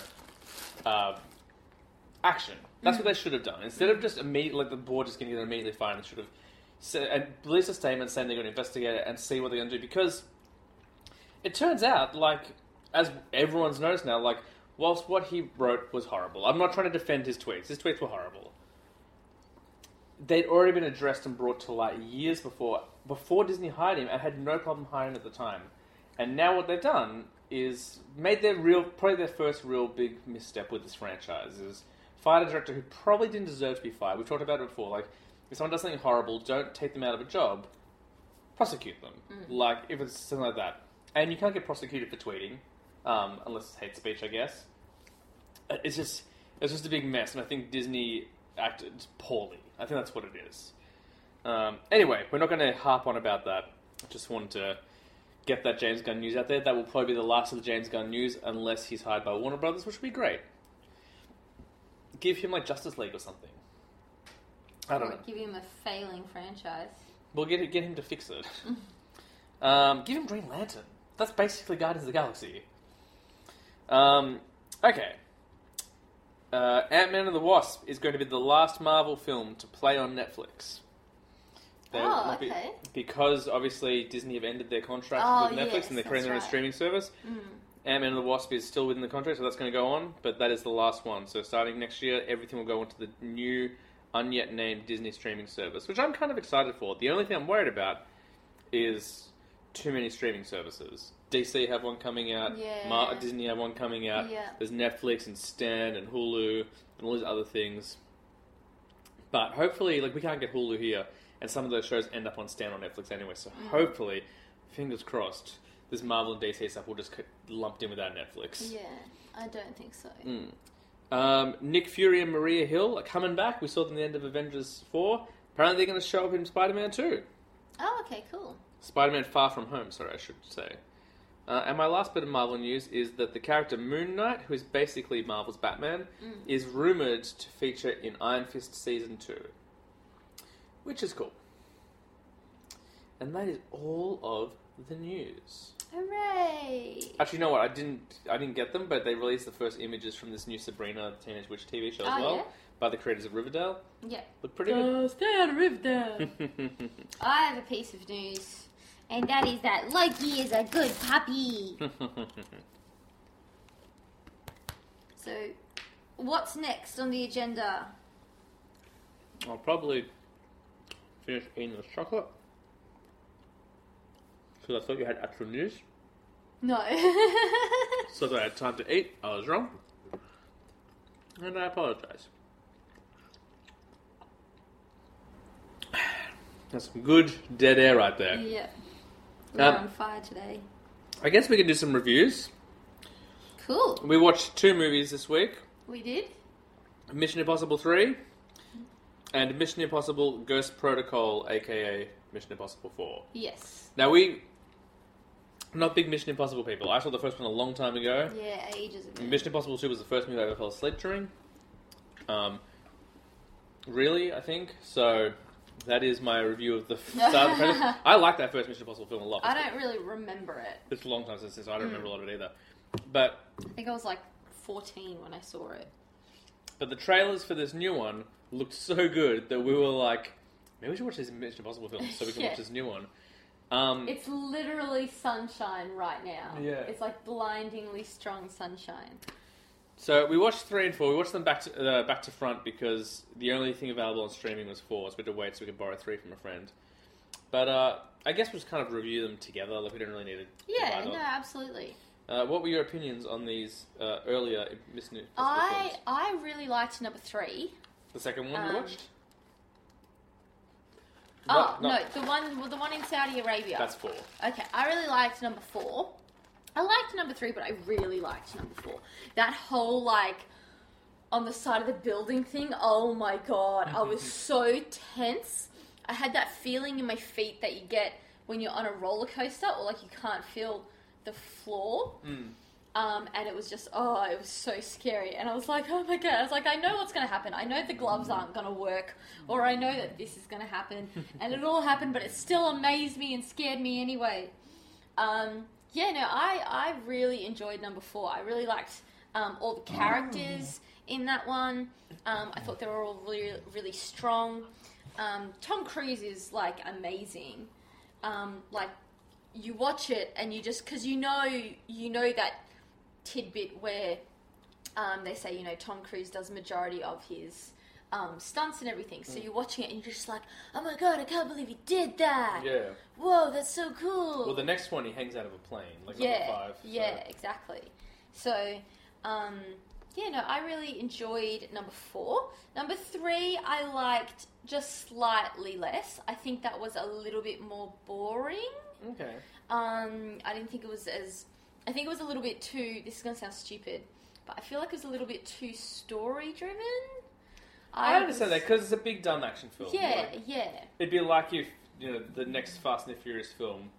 Speaker 6: uh, action. That's what they should have done. Instead of just immediately, like the board just getting it immediately fired, they should have said, and released a statement saying they're going to investigate it and see what they're going to do. Because it turns out, like, as everyone's noticed now, like, whilst what he wrote was horrible, I'm not trying to defend his tweets. His tweets were horrible. They'd already been addressed and brought to light years before, before Disney hired him and had no problem hiring him at the time. And now what they've done is made their real, probably their first real big misstep with this franchise is fired a director who probably didn't deserve to be fired. We've talked about it before. Like, if someone does something horrible, don't take them out of a job. Prosecute them. Like, if it's something like that. And you can't get prosecuted for tweeting, um, unless it's hate speech, I guess. Uh, It's just, it's just a big mess, and I think Disney acted poorly. I think that's what it is. Um, anyway, we're not going to harp on about that. Just wanted to get that James Gunn news out there. That will probably be the last of the James Gunn news unless he's hired by Warner Brothers, which would be great. Give him like Justice League or something. I don't know.
Speaker 7: Give him a failing franchise.
Speaker 6: We'll get get him to fix it. [laughs] um, give him Green Lantern. That's basically Guardians of the Galaxy. Um, okay. Uh, Ant Man and the Wasp is going to be the last Marvel film to play on Netflix. They-
Speaker 7: Oh,
Speaker 6: be-
Speaker 7: okay.
Speaker 6: because obviously Disney have ended their contracts
Speaker 7: Oh,
Speaker 6: with Netflix
Speaker 7: yes,
Speaker 6: and they're
Speaker 7: that's
Speaker 6: creating their own
Speaker 7: right. Mm.
Speaker 6: streaming service. Ant Man and the Wasp is still within the contract, so that's going to go on, but that is the last one. So starting next year, everything will go onto the new, unyet named Disney streaming service, which I'm kind of excited for. The only thing I'm worried about is too many streaming services. DC have one coming out,
Speaker 7: Yeah.
Speaker 6: Mar- Disney have one coming out.
Speaker 7: Yeah.
Speaker 6: There's Netflix and Stan and Hulu and all these other things. But hopefully, like we can't get Hulu here, and some of those shows end up on Stan on Netflix anyway. So hopefully, fingers crossed, this Marvel and DC stuff will just c- lumped in with our Netflix.
Speaker 7: Yeah, I don't think so.
Speaker 6: Mm. Um, Nick Fury and Maria Hill are coming back. We saw them at the end of Avengers Four. Apparently, they're going to show up in Spider Man Two.
Speaker 7: Oh, okay, cool.
Speaker 6: Spider-Man: Far From Home. Sorry, I should say. Uh, and my last bit of Marvel news is that the character Moon Knight, who is basically Marvel's Batman,
Speaker 7: Mm.
Speaker 6: is rumored to feature in Iron Fist season two, which is cool. And that is all of the news.
Speaker 7: Hooray!
Speaker 6: Actually, you know what? I didn't. I didn't get them, but they released the first images from this new Sabrina the Teenage Witch TV show as
Speaker 7: Oh,
Speaker 6: well
Speaker 7: yeah?
Speaker 6: by the creators of Riverdale.
Speaker 7: Yeah.
Speaker 6: Look pretty good. [laughs]
Speaker 7: I have a piece of news, and that is that Loki is a good
Speaker 6: [laughs]
Speaker 7: puppy. so, what's next on the agenda?
Speaker 6: I'll probably finish eating this chocolate. Because I thought you had actual news.
Speaker 7: No. [laughs]
Speaker 6: So that I had time to eat. I was wrong. And I apologize. That's some good dead air right there.
Speaker 7: yeah. We're
Speaker 6: Um,
Speaker 7: on fire today.
Speaker 6: I guess we can do some reviews.
Speaker 7: Cool.
Speaker 6: We watched two movies this week
Speaker 7: We did?
Speaker 6: Mission Impossible 3 and Mission Impossible Ghost Protocol, aka Mission Impossible 4.
Speaker 7: Yes.
Speaker 6: Now we not big Mission Impossible people. I saw the first one a long time ago.
Speaker 7: Yeah, ages ago.
Speaker 6: Mission Impossible Two was the first movie I ever fell asleep during. Um, really, I think so. That is my review
Speaker 7: [laughs]
Speaker 6: of the Star Predator. I like that first Mission Impossible film a lot.
Speaker 7: I don't Hmm. really remember it.
Speaker 6: It's a long time since, since I don't remember a lot of it either. But
Speaker 7: I think I was like 14 when I saw it.
Speaker 6: but the trailers for this new one looked so good that we were like, maybe we should watch these Mission Impossible films so we can
Speaker 7: [laughs] Yeah.
Speaker 6: watch this new one. Um,
Speaker 7: It's literally sunshine right now.
Speaker 6: Yeah.
Speaker 7: It's like blindingly strong sunshine.
Speaker 6: So we watched three and four. We watched them back to uh, back to front because the only thing available on streaming was four. So we had to wait so we could borrow three from a friend. But uh, I guess we'll just kind of review them together. Like we didn't really need to.
Speaker 7: Yeah,
Speaker 6: divide
Speaker 7: no,
Speaker 6: up.
Speaker 7: absolutely.
Speaker 6: Uh, what were your opinions on these uh, earlier Miss New?
Speaker 7: I I really liked number three.
Speaker 6: the second one we
Speaker 7: um,
Speaker 6: watched.
Speaker 7: Oh
Speaker 6: No,
Speaker 7: no,
Speaker 6: no.
Speaker 7: the one well, the one in Saudi Arabia.
Speaker 6: That's four.
Speaker 7: Okay, I really liked number four. I liked number three, but I really liked number four. That whole like on the side of the building thing. Oh my god, I
Speaker 6: [laughs]
Speaker 7: was so tense. I had that feeling in my feet that you get when you're on a roller coaster, or like you can't feel the floor. Um, and it was just oh, it was so scary. And I was like, oh my god, I was like, I know what's gonna happen. I know the gloves aren't gonna work, or I know that this is gonna happen, and it all happened, but it still amazed me and scared me anyway. Um, yeah, no, I I really enjoyed number four. I really liked um, all the characters
Speaker 6: Mm.
Speaker 7: in that one. Um, I thought they were all really really strong. Um, Tom Cruise is like amazing. Um, like you watch it and you just because you know you know that tidbit where um, they say you know Tom Cruise does majority of his um, stunts and everything.
Speaker 6: Mm.
Speaker 7: So you're watching it and you're just like, oh my god, I can't believe he did that.
Speaker 6: Yeah.
Speaker 7: Whoa, that's so cool.
Speaker 6: Well, the next one he hangs out of a plane, like number
Speaker 7: yeah,
Speaker 6: five. so-
Speaker 7: yeah, exactly. So, um, yeah, no, I really enjoyed number four. Number three, I liked just slightly less. I think that was a little bit more boring.
Speaker 6: Okay.
Speaker 7: Um, I didn't think it was as. I think it was a little bit too. This is gonna sound stupid, but I feel like it was a little bit too story driven.
Speaker 6: I understand that because it's a big dumb action film.
Speaker 7: Yeah,
Speaker 6: Like,
Speaker 7: yeah,
Speaker 6: it'd be like if you know the next Fast and the Furious film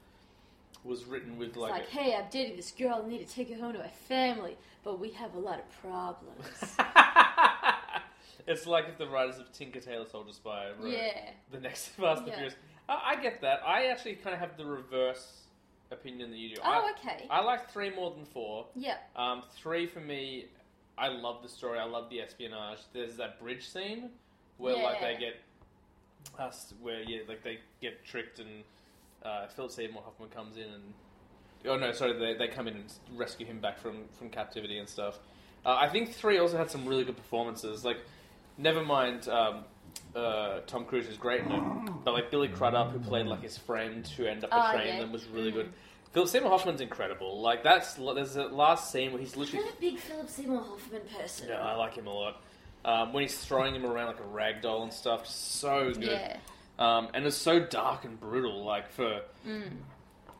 Speaker 6: was written with
Speaker 7: It's
Speaker 6: like.
Speaker 7: like, hey, I'm dating this girl. I need to take her home to my family, but we have a lot of
Speaker 6: [laughs]
Speaker 7: problems.
Speaker 6: it's like if the writers of Tinker Tailor Soldier Spy wrote
Speaker 7: yeah,
Speaker 6: the next [laughs] Fast and
Speaker 7: Yeah.
Speaker 6: Furious. I, I get that. I actually kind of have the reverse opinion that you do.
Speaker 7: Oh,
Speaker 6: I,
Speaker 7: okay.
Speaker 6: I like three more than four.
Speaker 7: yeah,
Speaker 6: Um, three for me, I love the story. I love the espionage. There's that bridge scene where like they
Speaker 7: Yeah.
Speaker 6: get us, where yeah, like they get tricked and uh, Philip Seymour Hoffman comes in and oh no, sorry, they they come in and rescue him back from from captivity and stuff. Uh, I think three also had some really good performances. Like, never mind. Um, uh, Tom Cruise is great in it, but like Billy Crudup, who played like his friend who ended up
Speaker 7: Oh,
Speaker 6: betraying
Speaker 7: yeah.
Speaker 6: them, was really good. Phil Seymour Hoffman's incredible. Like that's there's that last scene where he's
Speaker 7: I'm [laughs]
Speaker 6: literally.
Speaker 7: a big Philip Seymour Hoffman person.
Speaker 6: No, I like him a lot. Um, when he's throwing him around like a rag doll and stuff, just so good.
Speaker 7: yeah,
Speaker 6: Um, and it's so dark and brutal, like for
Speaker 7: Mm.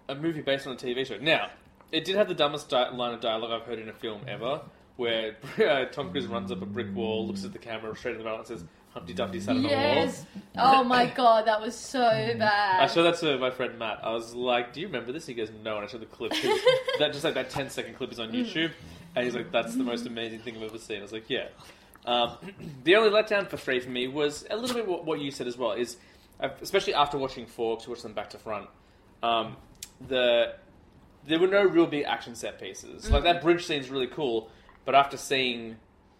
Speaker 6: a movie based on a TV show. Now, it did have the dumbest di- line of dialogue I've heard in a film ever, where [laughs] uh, Tom Cruise runs up a brick wall, looks at the camera straight in the mouth, and says, "Humpty Dumpty sat on a wall."
Speaker 7: yes. Oh my god, that was so
Speaker 6: Mm.
Speaker 7: bad.
Speaker 6: I showed that to my friend Matt. I was like, "Do you remember this?" He goes, "No." And I showed the clip. 'cause that just like that 10 second clip is on YouTube, and he's like, "That's the most amazing thing I've ever seen." I was like, "Yeah." Um, [clears throat] the only letdown for three for me was a little bit what, what you said as well. Is especially after watching four, because we watched them back to front. Um, the there were no real big action set pieces. Like that bridge scene's really cool, but after seeing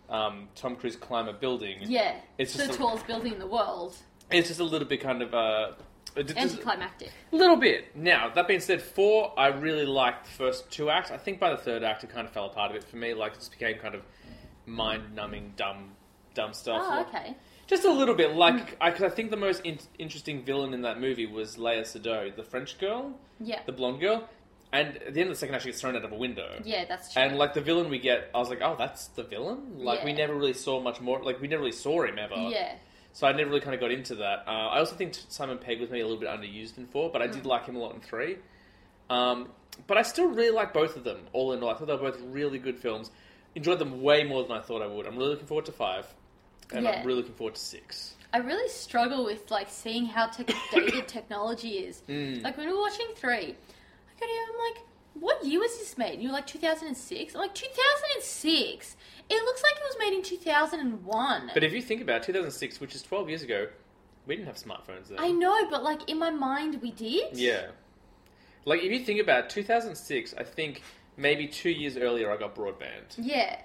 Speaker 6: um, Tom Cruise climb a building,
Speaker 7: yeah,
Speaker 6: It's
Speaker 7: it's the
Speaker 6: just a-
Speaker 7: tallest building in the world.
Speaker 6: it's just a little bit kind of uh, it just-
Speaker 7: Anticlimactic.
Speaker 6: little bit. Now, that being said, four, I really liked the first two acts. I think by the third act, it kind of fell apart a bit for me. Like, it just became kind of mind numbing, dumb, dumb stuff.
Speaker 7: Oh,
Speaker 6: Like,
Speaker 7: okay.
Speaker 6: Just a little bit. Like, I, cause I think the most in- interesting villain in that movie was Leia Sado, the French girl,
Speaker 7: Yeah.
Speaker 6: the blonde girl. And at the end of the second act, she gets thrown out of a window.
Speaker 7: Yeah, that's true.
Speaker 6: And like the villain we get, I was like, oh, that's the villain. Like we
Speaker 7: Yeah.
Speaker 6: never really saw much more. Like we never really saw him ever.
Speaker 7: yeah,
Speaker 6: So I never really kind of got into that. Uh, I also think Simon Pegg was maybe a little bit underused in four, but I
Speaker 7: Hmm.
Speaker 6: did like him a lot in three. Um, but I still really like both of them, all in all. I thought they were both really good films. Enjoyed them way more than I thought I would. I'm really looking forward to five, and
Speaker 7: Yeah.
Speaker 6: I'm really looking forward to six.
Speaker 7: I really struggle with like seeing how tech [coughs] dated technology is.
Speaker 6: Mm.
Speaker 7: Like when we were watching three, I go to you, I'm like, what year was this made? And you're like 2006. I'm like 2006. It looks like it was made in 2001.
Speaker 6: But if you think about it, 2006, which is 12 years ago, We didn't have smartphones then.
Speaker 7: I know, but like in my mind, we did.
Speaker 6: Yeah. Like, if you think about it, 2006, I think maybe two years earlier I got broadband.
Speaker 7: Yeah.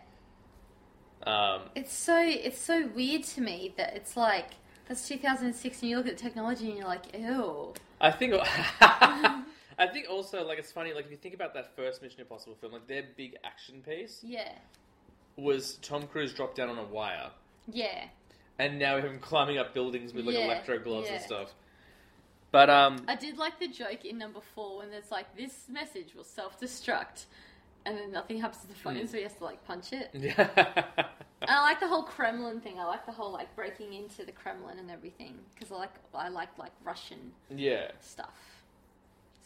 Speaker 6: Um,
Speaker 7: It's so it's so weird to me that it's like that's 2006 and you look at technology and you're like, ew.
Speaker 6: I think. [laughs] I think also, like, it's funny, like, if you think about that first Mission Impossible film, like, their big action piece
Speaker 7: Yeah.
Speaker 6: was Tom Cruise dropped down on a wire.
Speaker 7: Yeah.
Speaker 6: And now we have him climbing up buildings with, like,
Speaker 7: Yeah,
Speaker 6: electro gloves and
Speaker 7: yeah.
Speaker 6: stuff. But, um,
Speaker 7: I did like the joke in number four when there's like this message will self destruct and then nothing happens to the phone, so he has to like punch it. And
Speaker 6: yeah.
Speaker 7: I like the whole Kremlin thing. I like the whole like breaking into the Kremlin and everything because I like I like like Russian
Speaker 6: [laughs] yeah.
Speaker 7: stuff.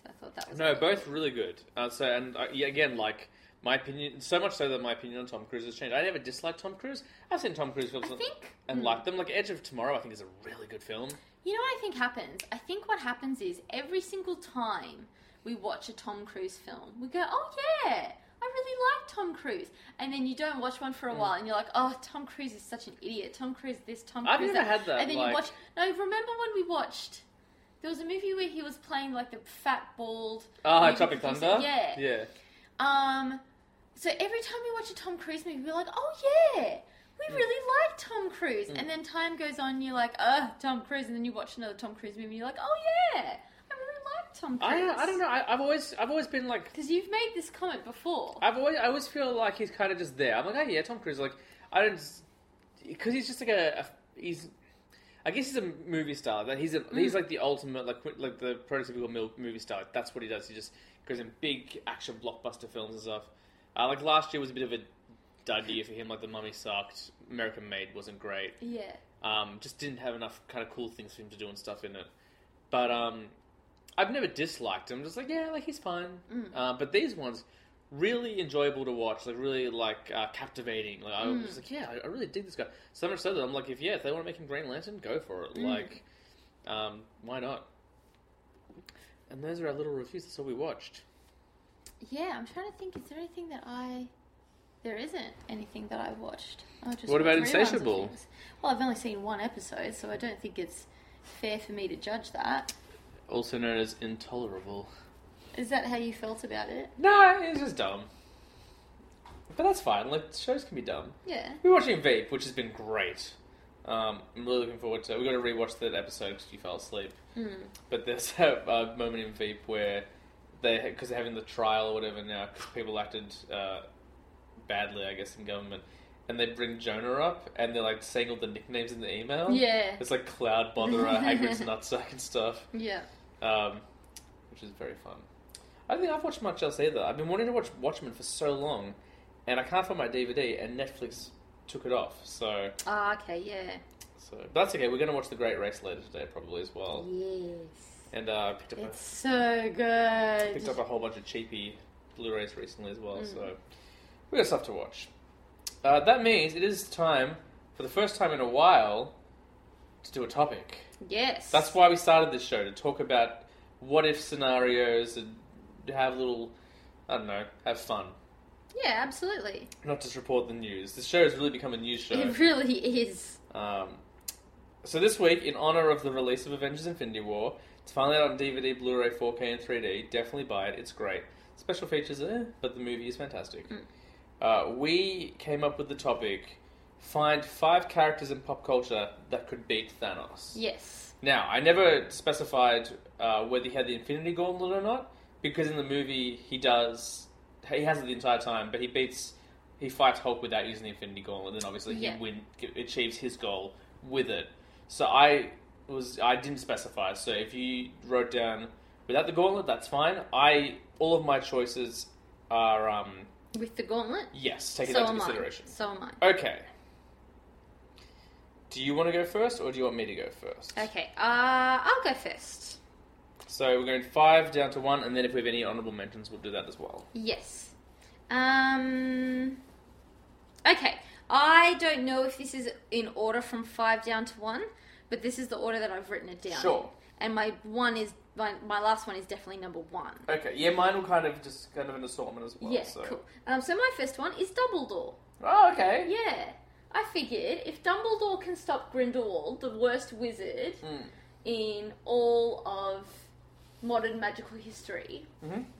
Speaker 7: So I thought that was
Speaker 6: No,
Speaker 7: really
Speaker 6: both
Speaker 7: cool.
Speaker 6: really good. Uh, so, and uh, yeah, again, like my opinion, so much so that my opinion on Tom Cruise has changed. I never disliked Tom Cruise. I've seen Tom Cruise films
Speaker 7: I think- Hmm.
Speaker 6: and liked them. Like Edge of Tomorrow, I think is a really good film.
Speaker 7: You know what I think happens? I think what happens is every single time we watch a Tom Cruise film, we go, oh yeah, I really like Tom Cruise. And then you don't watch one
Speaker 6: Mm.
Speaker 7: for a while and you're like, oh, Tom Cruise is such an idiot. Tom Cruise this, Tom
Speaker 6: I've
Speaker 7: Cruise
Speaker 6: never had that,
Speaker 7: And then
Speaker 6: like-
Speaker 7: you watch. No, remember when we watched. There was a movie where he was playing like the fat, bald.
Speaker 6: Ah,
Speaker 7: movie
Speaker 6: Tropic
Speaker 7: producer.
Speaker 6: Thunder.
Speaker 7: Yeah.
Speaker 6: yeah.
Speaker 7: Um, so every time we watch a Tom Cruise movie, we're like, oh yeah,
Speaker 6: Mm.
Speaker 7: we really like Tom Cruise. And then time goes on, and you're like, oh, Tom Cruise. And then you watch another Tom Cruise movie, and you're like, oh yeah, I really like Tom Cruise.
Speaker 6: I I don't know. I, I've always I've always been like
Speaker 7: Because you've made this comment before.
Speaker 6: I've always I always feel like he's kind of just there. I'm like, oh yeah, Tom Cruise. Like I don't because he's just like a, a he's. I guess he's a movie star. That he's a, he's like the ultimate like qu- like the prototypical mil- movie star. That's what he does. He just goes in big action blockbuster films and stuff. Uh, like last year was a bit of a dud year for him. Like the Mummy sucked. American Made wasn't great.
Speaker 7: yeah.
Speaker 6: Um, just didn't have enough kind of cool things for him to do and stuff in it. But um, I've never disliked him. Just like yeah, like he's fine. Uh, but these ones really enjoyable to watch. Like really like uh, captivating. Like I was like yeah, I, I really dig this guy. So much so that I'm like if yeah, if they want to make him Green Lantern, go for it. Like um, why not? And those are our little reviews. That's all we watched.
Speaker 7: Yeah, I'm trying to think. Is there anything that I? There isn't anything that I watched. I just
Speaker 6: What about
Speaker 7: watched reruns of
Speaker 6: Insatiable?
Speaker 7: things. Well, I've only seen one episode, so I don't think it's fair for me to judge that.
Speaker 6: Also known as intolerable.
Speaker 7: Is that how you felt about it?
Speaker 6: No, it's just dumb. But that's fine. Like shows can be dumb.
Speaker 7: Yeah.
Speaker 6: We're watching Vape, which has been great. Um, I'm really looking forward to. We got to rewatch that episode because you fell asleep. But there's [laughs] a, a moment in Vape where they because they're having the trial or whatever now because people acted uh, badly, I guess, in government. And they bring Jonah up, and they're like saying all the nicknames in the email.
Speaker 7: Yeah.
Speaker 6: it's like Cloud Botherer, Hagrid's Nutsack, and stuff,
Speaker 7: Yeah.
Speaker 6: um, which is very fun. I don't think I've watched much else either. I've been wanting to watch Watchmen for so long, and I can't find my DVD, and Netflix took it off. So,
Speaker 7: Ah, okay, yeah.
Speaker 6: so but that's okay. We're going to watch The Great Race later today, probably as well.
Speaker 7: Yes.
Speaker 6: And uh, I picked up
Speaker 7: It's
Speaker 6: a,
Speaker 7: so
Speaker 6: picked up
Speaker 7: good.
Speaker 6: a whole bunch of cheapy Blu-rays recently as well. So we got stuff to watch. Uh, that means it is time for the first time in a while to do a topic.
Speaker 7: Yes.
Speaker 6: That's why we started this show to talk about what if scenarios and have a little, I don't know, have fun.
Speaker 7: Yeah, absolutely.
Speaker 6: Not just report the news. This show has really become a news show.
Speaker 7: It really is.
Speaker 6: Um, so this week, in honor of the release of Avengers: Infinity War, it's finally out on DVD, Blu-ray, 4K, and 3D. Definitely buy it. It's great. Special features, eh? But the movie is fantastic. Uh, we came up with the topic: find five characters in pop culture that could beat Thanos.
Speaker 7: Yes.
Speaker 6: Now, I never specified uh, whether he had the Infinity Gauntlet or not, because in the movie he does. He has it the entire time, but he beats. He fights Hulk without using the Infinity Gauntlet, and then obviously
Speaker 7: Yeah.
Speaker 6: he win achieves his goal with it. So I was I didn't specify. So if you wrote down without the gauntlet, that's fine. I all of my choices are um,
Speaker 7: With the gauntlet.
Speaker 6: yes, taking
Speaker 7: so
Speaker 6: that into
Speaker 7: am I.
Speaker 6: consideration.
Speaker 7: So am I.
Speaker 6: Okay. Do you want to go first, or do you want me to go first?
Speaker 7: Okay, uh, I'll go first.
Speaker 6: So we're going five down to one, and then if we have any honourable mentions, we'll do that as well.
Speaker 7: Yes. Um. Okay, I don't know if this is in order from five down to one, but this is the order that I've written it down. in.
Speaker 6: Sure.
Speaker 7: And my one is my, my last one is definitely number one.
Speaker 6: Okay, yeah, mine will kind of just kind of an assortment as well.
Speaker 7: yeah,
Speaker 6: so.
Speaker 7: cool. Um, so my first one is Dumbledore.
Speaker 6: Oh, okay.
Speaker 7: Yeah. I figured if Dumbledore can stop Grindelwald, the worst wizard in all of modern magical history,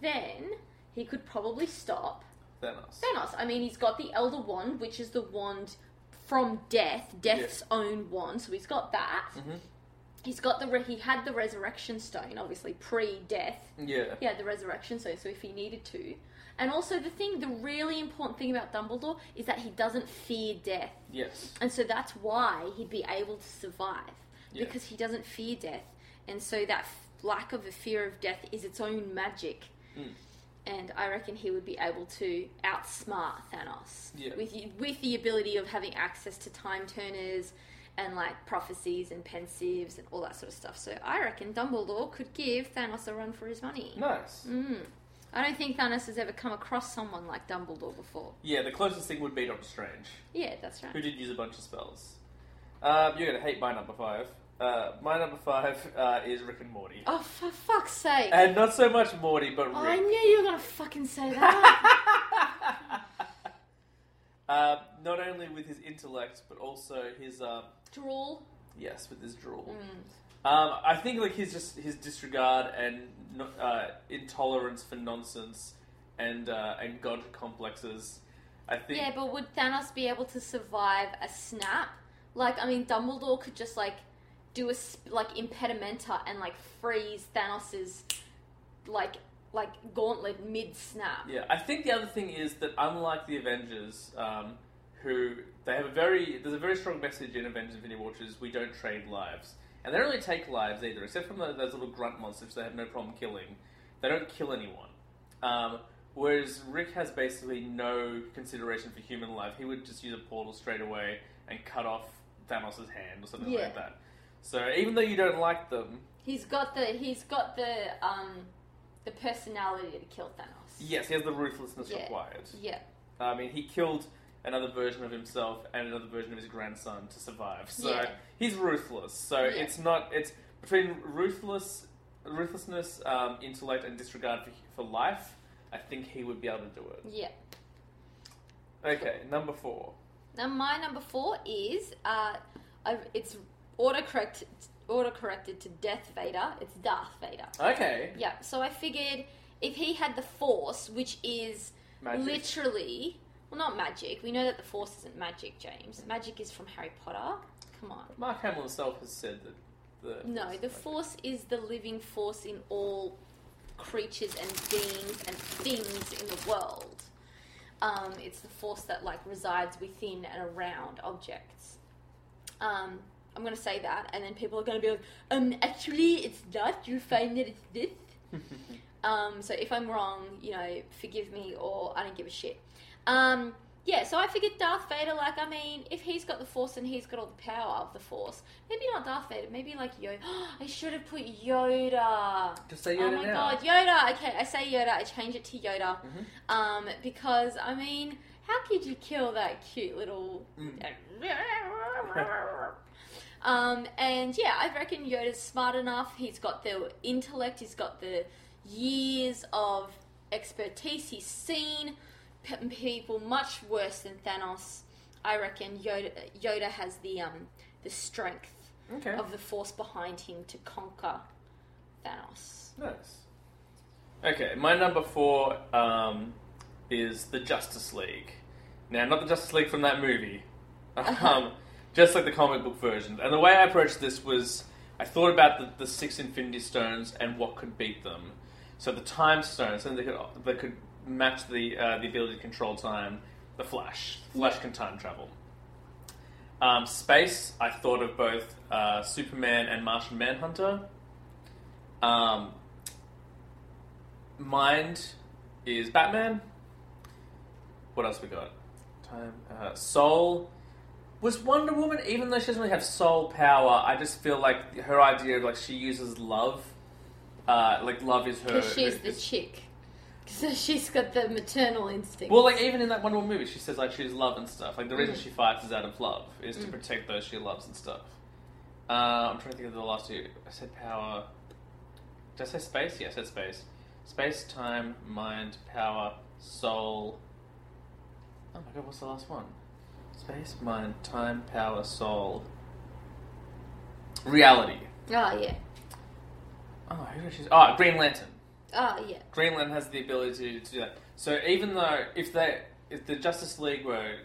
Speaker 7: then he could probably stop
Speaker 6: Thanos.
Speaker 7: Thanos. I mean, he's got the Elder Wand, which is the wand from death, death's
Speaker 6: Yes.
Speaker 7: own wand. So he's got that. He's got the re- he had the Resurrection Stone, obviously pre-death.
Speaker 6: Yeah.
Speaker 7: Yeah, the resurrection. So, so if he needed to, and also the thing, the really important thing about Dumbledore is that he doesn't fear death,
Speaker 6: Yes.
Speaker 7: and so that's why he'd be able to survive
Speaker 6: Yeah.
Speaker 7: because he doesn't fear death, and so that f- lack of a fear of death is its own magic.
Speaker 6: Mm.
Speaker 7: And I reckon he would be able to outsmart Thanos
Speaker 6: Yeah.
Speaker 7: with the- with the ability of having access to time turners and like prophecies and pensives and all that sort of stuff. So I reckon Dumbledore could give Thanos a run for his money.
Speaker 6: Nice.
Speaker 7: Mm-hmm. I don't think Thanos has ever come across someone like Dumbledore before.
Speaker 6: Yeah, the closest thing would be Doctor Strange,
Speaker 7: Yeah, that's
Speaker 6: who
Speaker 7: right.
Speaker 6: did use a bunch of spells. Um, you're gonna hate my number five. Uh, my number five uh, is Rick and Morty,
Speaker 7: Oh, for fuck's sake.
Speaker 6: and not so much Morty, but Rick.
Speaker 7: I knew you were going to fucking
Speaker 6: [laughs]
Speaker 7: say that.
Speaker 6: Um, not only with his intellect, but also his um,
Speaker 7: Drool.
Speaker 6: yes, with his drawl. Um, I think like his just his disregard and no- uh, intolerance for nonsense and uh, and god complexes. I think
Speaker 7: Yeah, but would Thanos be able to survive a snap? Like, I mean, Dumbledore could just, like, do a, sp- like, impedimenta and, like, freeze Thanos's, like, like gauntlet mid snap.
Speaker 6: Yeah, I think the other thing is that unlike the Avengers, um, who they have a very there's a very strong message in Avengers Infinity War, which is we don't trade lives, and they don't really take lives either, except from those, those little grunt monsters they have no problem killing. They don't kill anyone. Um, whereas Rick has basically no consideration for human life. He would just use a portal straight away and cut off Thanos' hand or something
Speaker 7: Yeah.
Speaker 6: like that. So even though you don't like them,
Speaker 7: He's got the he's got the um the personality to kill Thanos.
Speaker 6: yes, he has the ruthlessness
Speaker 7: Yeah.
Speaker 6: required.
Speaker 7: Yeah.
Speaker 6: Uh, I mean, he killed another version of himself and another version of his grandson to survive. So
Speaker 7: Yeah.
Speaker 6: he's ruthless. So
Speaker 7: Yeah.
Speaker 6: it's not it's between ruthless ruthlessness, um, intellect, and disregard for for life. I think he would be able to do it.
Speaker 7: Yeah.
Speaker 6: Okay, number four.
Speaker 7: Now my number four is uh, I, it's autocorrect autocorrected to Death Vader. It's Darth Vader.
Speaker 6: Okay,
Speaker 7: Yeah. So I figured if he had the Force, which is
Speaker 6: Magic.
Speaker 7: literally well, not magic. We know that the Force isn't magic, James. Magic is from Harry Potter. Come on.
Speaker 6: Mark Hamill himself has said that the
Speaker 7: No, the Force is the living force in all creatures and beings and things in the world. Um, it's the force that like resides within and around objects. Um, I'm going to say that, and then people are going to be like, "Um, actually, it's not. You find that it's this." um, so if I'm wrong, you know, forgive me, or I don't give a shit. Um, yeah, so I figured Darth Vader, like, I mean, if he's got the Force and he's got all the power of the Force, maybe not Darth Vader, maybe like Yoda. [gasps] I should have put Yoda.
Speaker 6: Just say
Speaker 7: Oh
Speaker 6: Yoda
Speaker 7: my
Speaker 6: now.
Speaker 7: god, Yoda! Okay, I say Yoda, I change it to Yoda.
Speaker 6: Mm-hmm.
Speaker 7: Um, because, I mean, how could you kill that cute little.
Speaker 6: Mm.
Speaker 7: [laughs] Um, and yeah, I reckon Yoda's smart enough. He's got the intellect, he's got the years of expertise, he's seen p- people much worse than Thanos. I reckon Yoda, Yoda has the, um, the strength
Speaker 6: Okay,
Speaker 7: of the force behind him to conquer Thanos.
Speaker 6: nice. Okay, my number four um, is the Justice League. Now, not the Justice League from that movie, [laughs] um, just like the comic book version. And the way I approached this was I thought about the, the six Infinity Stones and what could beat them. So the Time Stone, something that could, that could match the uh, the ability to control time. The Flash, Flash can time travel. Um, space, I thought of both uh, Superman and Martian Manhunter. Um, mind is Batman. What else we got? Time. Uh, soul. Was Wonder Woman, even though she doesn't really have soul power, I just feel like her idea of like she uses love, uh, like love is her.
Speaker 7: Because she's the
Speaker 6: is-
Speaker 7: chick. [laughs] So she's got the maternal instinct.
Speaker 6: Well, like even in that Wonder Woman movie, she says I choose love and stuff. Like the reason she fights is out of love, is to protect those she loves and stuff. Uh, I'm trying to think of the last two. I said power. Did I say space? Yeah, I said space. Space, time, mind, power, soul. Oh my god, what's the last one? Space, mind, time, power, soul. Reality.
Speaker 7: Oh, yeah.
Speaker 6: Oh, who did I choose? Oh, Green Lantern.
Speaker 7: Oh, yeah.
Speaker 6: Green Lantern has the ability to do that. So even though if they, if the Justice League were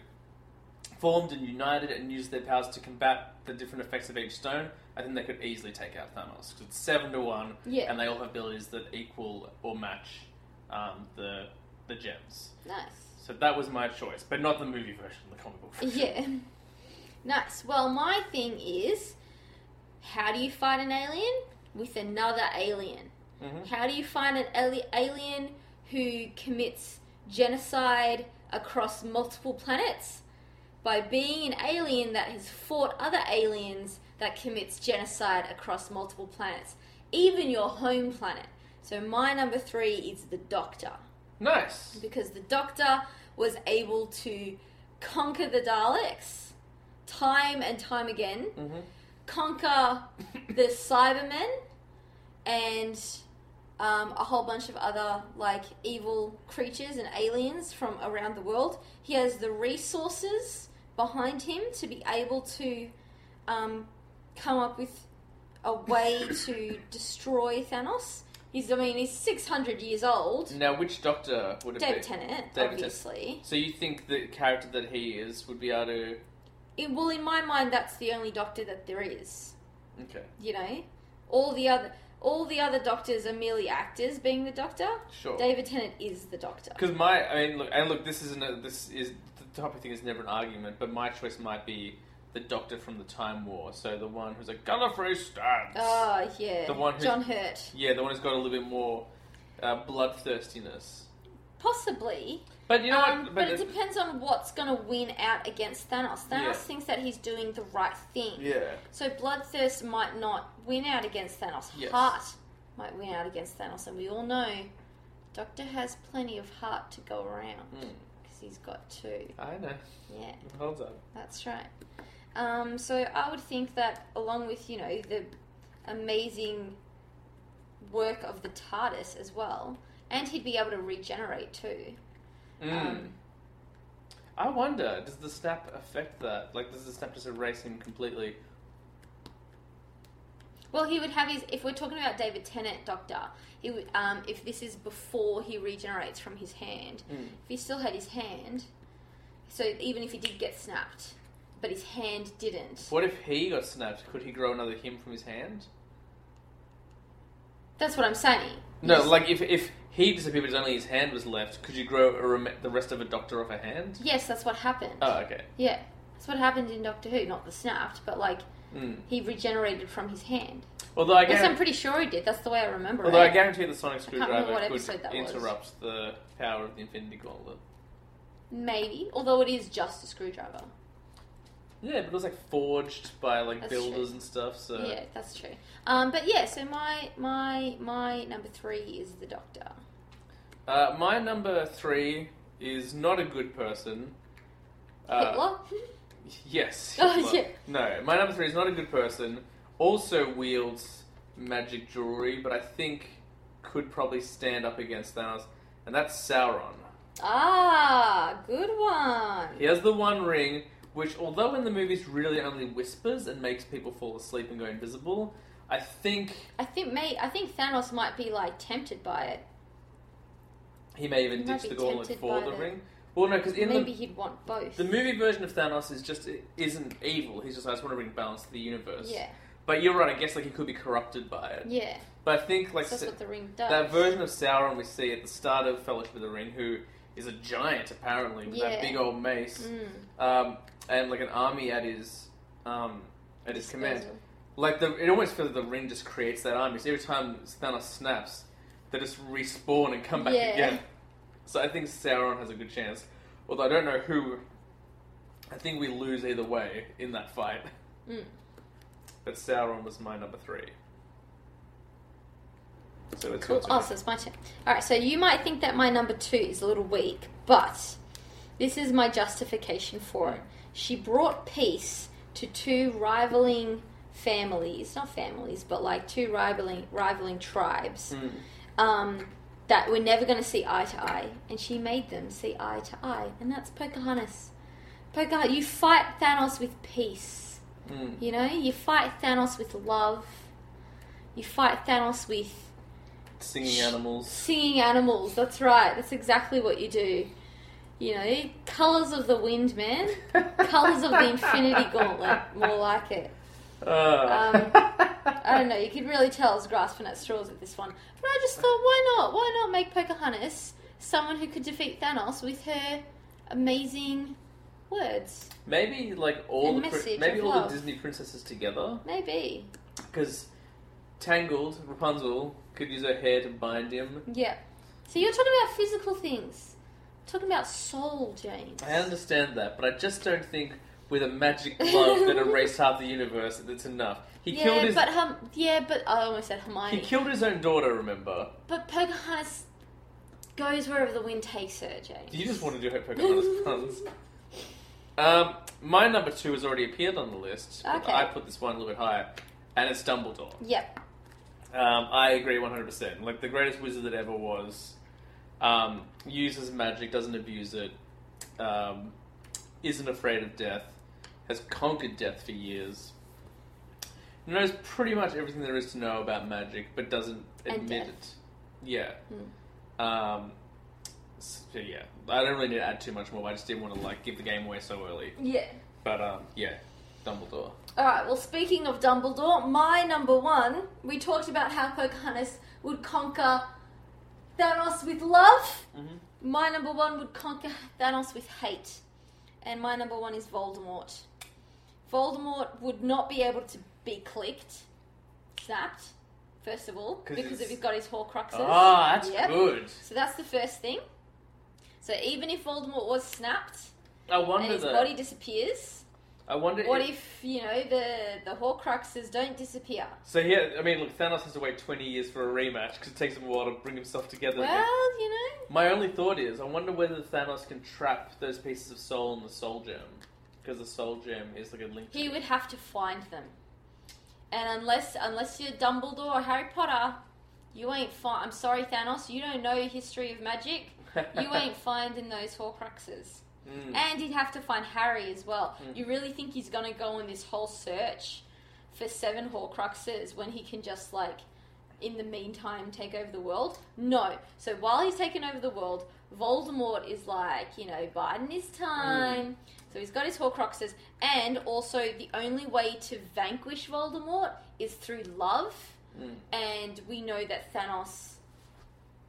Speaker 6: formed and united and used their powers to combat the different effects of each stone, I think they could easily take out Thanos 'cause it's seven to one,
Speaker 7: Yeah.
Speaker 6: and they all have abilities that equal or match um, the the gems.
Speaker 7: Nice.
Speaker 6: So that was my choice, but not the movie version, the comic book. Version.
Speaker 7: Yeah. Nice. Well, my thing is how do you fight an alien? With another alien. How do you find an ali- alien who commits genocide across multiple planets? By being an alien that has fought other aliens that commits genocide across multiple planets, even your home planet. So, my number three is the Doctor
Speaker 6: Nice.
Speaker 7: because the Doctor was able to conquer the Daleks time and time again, conquer the Cybermen, and um, a whole bunch of other like evil creatures and aliens from around the world. He has the resources behind him to be able to um, come up with a way to destroy Thanos. He's, I mean, he's 600 years old.
Speaker 6: Now, which Doctor would it
Speaker 7: David
Speaker 6: be?
Speaker 7: Tennant,
Speaker 6: David
Speaker 7: obviously.
Speaker 6: So you think the character that he is would be able to?
Speaker 7: In, well, in my mind, that's the only doctor that there is.
Speaker 6: Okay,
Speaker 7: You know, all the other all the other doctors are merely actors being the doctor.
Speaker 6: sure.
Speaker 7: David Tennant is the doctor.
Speaker 6: Because my, I mean, look, and look, this isn't a, this is the topic thing is never an argument, but my choice might be the Doctor from the Time War, so the one who's like Gallifrey stands.
Speaker 7: Oh yeah,
Speaker 6: The one who-
Speaker 7: John Hurt,
Speaker 6: Yeah, the one who's got a little bit more uh, bloodthirstiness.
Speaker 7: possibly.
Speaker 6: But you know
Speaker 7: um,
Speaker 6: what?
Speaker 7: but it depends on what's going to win out against Thanos. Thanos
Speaker 6: Yeah.
Speaker 7: thinks that he's doing the right thing.
Speaker 6: yeah,
Speaker 7: So bloodthirst might not win out against Thanos.
Speaker 6: Yes.
Speaker 7: Heart might win out against Thanos, and we all know Doctor has plenty of heart to go around
Speaker 6: Mm.
Speaker 7: because he's got two.
Speaker 6: I know.
Speaker 7: Yeah,
Speaker 6: It holds up.
Speaker 7: that's right. Um, so I would think that along with you know the amazing work of the TARDIS as well, and he'd be able to regenerate too.
Speaker 6: Mm.
Speaker 7: Um,
Speaker 6: I wonder, does the snap affect that? Like, does the snap just erase him completely?
Speaker 7: Well, he would have his. If we're talking about David Tennant, Doctor, he would. Um, if this is before he regenerates from his hand,
Speaker 6: Hmm.
Speaker 7: if he still had his hand, so even if he did get snapped, but his hand didn't,
Speaker 6: What if he got snapped? Could he grow another him from his hand?
Speaker 7: that's what I'm saying.
Speaker 6: No, like if if he disappeared, but only his hand was left. Could you grow a rem- the rest of a doctor off a hand?
Speaker 7: Yes, that's what happened.
Speaker 6: Oh, okay.
Speaker 7: Yeah, that's what happened in Doctor Who. Not the snapped, but like
Speaker 6: Mm.
Speaker 7: he regenerated from his hand.
Speaker 6: Although I
Speaker 7: Yes, I'm
Speaker 6: guarantee,
Speaker 7: pretty sure he did. That's the way I remember
Speaker 6: although I
Speaker 7: it.
Speaker 6: guarantee the sonic
Speaker 7: remember what
Speaker 6: screwdriver
Speaker 7: episode
Speaker 6: could
Speaker 7: that was.
Speaker 6: interrupt the power of the Infinity Gauntlet.
Speaker 7: Maybe, although it is just a screwdriver.
Speaker 6: Yeah, but it was like forged by like
Speaker 7: That's
Speaker 6: builders
Speaker 7: true.
Speaker 6: and stuff. So
Speaker 7: Yeah, that's true. Um, but yeah, so my my my number three is the Doctor.
Speaker 6: uh, my number three is not a good person. Uh,
Speaker 7: Hitler. [laughs]
Speaker 6: Yes.
Speaker 7: Oh,
Speaker 6: Hitler.
Speaker 7: yeah.
Speaker 6: No, my number three is not a good person. Also wields magic jewelry, but I think could probably stand up against Thanos, and that's Sauron.
Speaker 7: ah, good one.
Speaker 6: He has the One Ring, which, although in the movies really only whispers and makes people fall asleep and go invisible, I think
Speaker 7: I think may I think Thanos might be like tempted by it.
Speaker 6: he may even
Speaker 7: He might
Speaker 6: ditch the
Speaker 7: be
Speaker 6: gauntlet
Speaker 7: tempted
Speaker 6: for
Speaker 7: by
Speaker 6: the
Speaker 7: the-
Speaker 6: ring. Well, no, because in the
Speaker 7: Maybe he'd want both.
Speaker 6: The movie version of Thanos is just isn't evil. He's just I just want to bring balance to the universe.
Speaker 7: Yeah.
Speaker 6: But you're right. I guess like he could be corrupted by it.
Speaker 7: yeah,
Speaker 6: But I think like
Speaker 7: so that's
Speaker 6: Sa-
Speaker 7: what the ring does.
Speaker 6: that version of Sauron we see at the start of Fellowship of the Ring, who is a giant apparently with that
Speaker 7: Yeah. Mm.
Speaker 6: big old mace, um, and like an army at his um, at his command.
Speaker 7: Disposal.
Speaker 6: Like the, it almost feels like the ring just creates that army. So every time Thanos snaps, they just respawn and come back
Speaker 7: Yeah.
Speaker 6: again. So I think Sauron has a good chance. Although I don't know who. I think we lose either way in that fight.
Speaker 7: Mm.
Speaker 6: But Sauron was my number three. So it's
Speaker 7: Cool.
Speaker 6: your turn.
Speaker 7: Oh, so it's my turn. All right, so you might think that my number two is a little weak, but this is my justification for it. She brought peace to two rivaling families, not families, but like two rivaling rivaling tribes um, that were never going to see eye to eye, and she made them see eye to eye, and that's Pocahontas. But God, you fight Thanos with peace. You know, you fight Thanos with love. You fight Thanos with
Speaker 6: Singing animals.
Speaker 7: singing animals. That's right. That's exactly what you do. You know, colors of the wind, man. colors of the Infinity Gauntlet. More like it. [laughs]
Speaker 6: Uh.
Speaker 7: I don't know. You could really tell I was grasping at straws at this one. But I just thought, why not? Why not make Pocahontas someone who could defeat Thanos with her amazing words?
Speaker 6: Maybe like all
Speaker 7: And
Speaker 6: the pri-
Speaker 7: message
Speaker 6: maybe
Speaker 7: of
Speaker 6: all
Speaker 7: love.
Speaker 6: the Disney princesses together
Speaker 7: Maybe.
Speaker 6: because Tangled Rapunzel could use her hair to bind him.
Speaker 7: Yeah. So you're talking about physical things. talking about soul, James.
Speaker 6: I understand that, but I just don't think with a magic glove
Speaker 7: [laughs]
Speaker 6: that erased half the universe that's enough. He killed
Speaker 7: Yeah,
Speaker 6: his
Speaker 7: but um, yeah, but I almost said Hermione.
Speaker 6: he killed his own daughter. Remember?
Speaker 7: But Pocahontas goes wherever the wind takes her, James.
Speaker 6: You just want to do
Speaker 7: [laughs]
Speaker 6: Pocahontas puns. Um, my number two has already appeared on the list. but
Speaker 7: Okay.
Speaker 6: I put this one a little bit higher, and it's Dumbledore.
Speaker 7: Yep.
Speaker 6: Um, I agree 100%. Like, the greatest wizard that ever was um, uses magic, doesn't abuse it, um, isn't afraid of death, has conquered death for years, knows pretty much everything there is to know about magic, but doesn't
Speaker 7: And
Speaker 6: admit it.
Speaker 7: death. Hmm.
Speaker 6: Yeah. Um, so, yeah. I don't really need to add too much more. I just didn't want to, like, give the game away so early.
Speaker 7: Yeah.
Speaker 6: But, um, yeah. Dumbledore.
Speaker 7: All right. Well, speaking of Dumbledore, my number one. We talked about how Pocahontas would conquer Thanos with love.
Speaker 6: Mm-hmm.
Speaker 7: My number one would conquer Thanos with hate, and my number one is Voldemort. Voldemort would not be able to be clicked, snapped. First of all,
Speaker 6: 'Cause
Speaker 7: because
Speaker 6: it's-
Speaker 7: if he's got his Horcruxes.
Speaker 6: Ah, that's
Speaker 7: Yep.
Speaker 6: good.
Speaker 7: So that's the first thing. So even if Voldemort was snapped
Speaker 6: I wonder
Speaker 7: and his
Speaker 6: though-
Speaker 7: body disappears,
Speaker 6: I wonder
Speaker 7: what
Speaker 6: if
Speaker 7: if you know the the Horcruxes don't disappear?
Speaker 6: So yeah, I mean, look, Thanos has to wait 20 years for a rematch because it takes him a while to bring himself together. again.
Speaker 7: Well, you know,
Speaker 6: My only thought is, I wonder whether Thanos can trap those pieces of soul in the soul gem because the soul gem is like a link.
Speaker 7: he would have to find them, and unless unless you're Dumbledore or Harry Potter, you ain't find. I'm sorry, Thanos, you don't know history of magic. You ain't finding those Horcruxes. And he'd have to find Harry as well. You really think he's gonna go on this whole search for seven Horcruxes when he can just like, in the meantime, take over the world? No. So while he's taking over the world, Voldemort is like, you know, Biden is time. So he's got his Horcruxes, and also the only way to vanquish Voldemort is through love.
Speaker 6: Hmm.
Speaker 7: And we know that Thanos.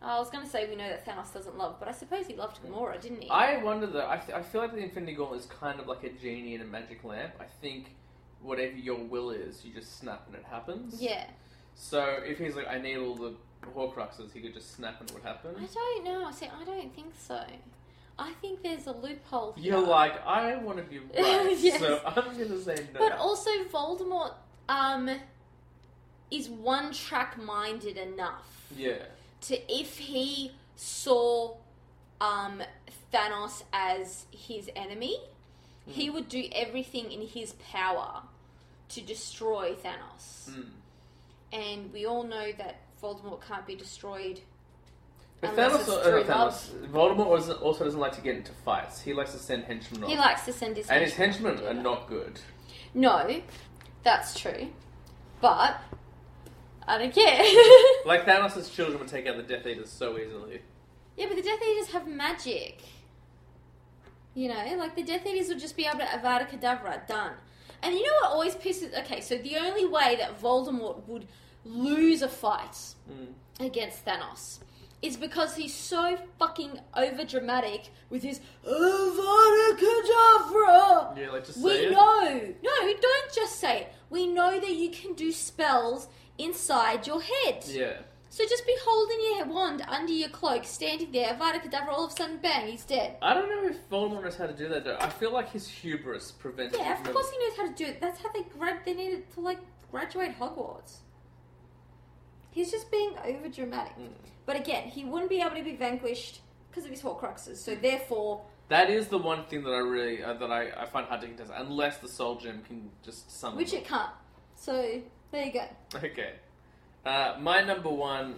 Speaker 7: oh, I was going to say we know that Thanos doesn't love, but I suppose he loved Gamora, didn't he?
Speaker 6: Hmm. I wonder though. I, f- I feel like the Infinity Gauntlet is kind of like a genie in a magic lamp. I think whatever your will is, you just snap and it happens.
Speaker 7: Yeah.
Speaker 6: So if he's like, I need all the Horcruxes, he could just snap and it would happen.
Speaker 7: I don't know. I say I don't think so. I think there's a loophole. Here.
Speaker 6: You're like, I want to be
Speaker 7: [laughs]
Speaker 6: right,
Speaker 7: Yes.
Speaker 6: so I'm gonna say no.
Speaker 7: But also Voldemort um is one track minded enough.
Speaker 6: yeah.
Speaker 7: to if he saw um, Thanos as his enemy,
Speaker 6: Hmm.
Speaker 7: he would do everything in his power to destroy Thanos.
Speaker 6: Hmm.
Speaker 7: And we all know that Voldemort can't be destroyed.
Speaker 6: But
Speaker 7: Unless
Speaker 6: Thanos,
Speaker 7: it's
Speaker 6: uh,
Speaker 7: through
Speaker 6: not Thanos, Voldemort also- also doesn't like to get into fights. He likes to send henchmen off.
Speaker 7: He likes to send his
Speaker 6: Oh. and his
Speaker 7: henchmen
Speaker 6: henchmen
Speaker 7: to do
Speaker 6: are
Speaker 7: that.
Speaker 6: not good.
Speaker 7: No, that's true. But I don't care. [laughs]
Speaker 6: Like Thanos' children would take out the Death Eaters so easily.
Speaker 7: yeah, but the Death Eaters have magic. You know, like the Death Eaters would just be able to Avada Kedavra, done. And you know what always pisses? Okay, so the only way that Voldemort would lose a fight
Speaker 6: Mm.
Speaker 7: against Thanos is because he's so fucking over dramatic with his Avada Kedavra.
Speaker 6: Yeah, like just
Speaker 7: we
Speaker 6: say it.
Speaker 7: know. No, don't just say it. We know that you can do spells inside your head.
Speaker 6: Yeah.
Speaker 7: So just be holding your wand under your cloak, standing there, Avada Kedavra, all of a sudden, bang, he's dead.
Speaker 6: I don't know if Voldemort knows how to do that though. I feel like his hubris prevents
Speaker 7: Yeah,
Speaker 6: him
Speaker 7: of
Speaker 6: from-
Speaker 7: course he knows how to do it. That's how they grad. They needed to like graduate Hogwarts. He's just being over dramatic. But again, he wouldn't be able to be vanquished because of his Horcruxes. So therefore,
Speaker 6: That is the one thing that I really uh, that I, I find hard to contest, unless the Soul Gem can just summon.
Speaker 7: which
Speaker 6: them.
Speaker 7: it can't. So there you go.
Speaker 6: [laughs] Okay. Uh, my number one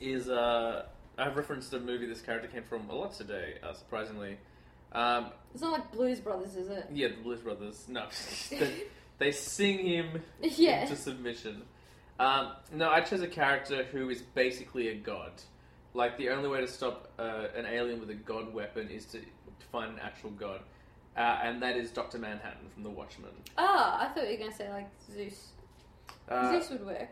Speaker 6: is uh, I've referenced a movie this character came from a lot today, uh, surprisingly. Um,
Speaker 7: It's not like Blues Brothers, is it?
Speaker 6: yeah, the Blues Brothers. No, they, they sing him
Speaker 7: [laughs] Yeah.
Speaker 6: to submission. Um, no, I chose a character who is basically a god. Like the only way to stop uh, an alien with a god weapon is to find an actual god, uh, and that is Doctor Manhattan from The Watchmen.
Speaker 7: Oh, I thought you were going to say like Zeus.
Speaker 6: Uh,
Speaker 7: Zeus would work.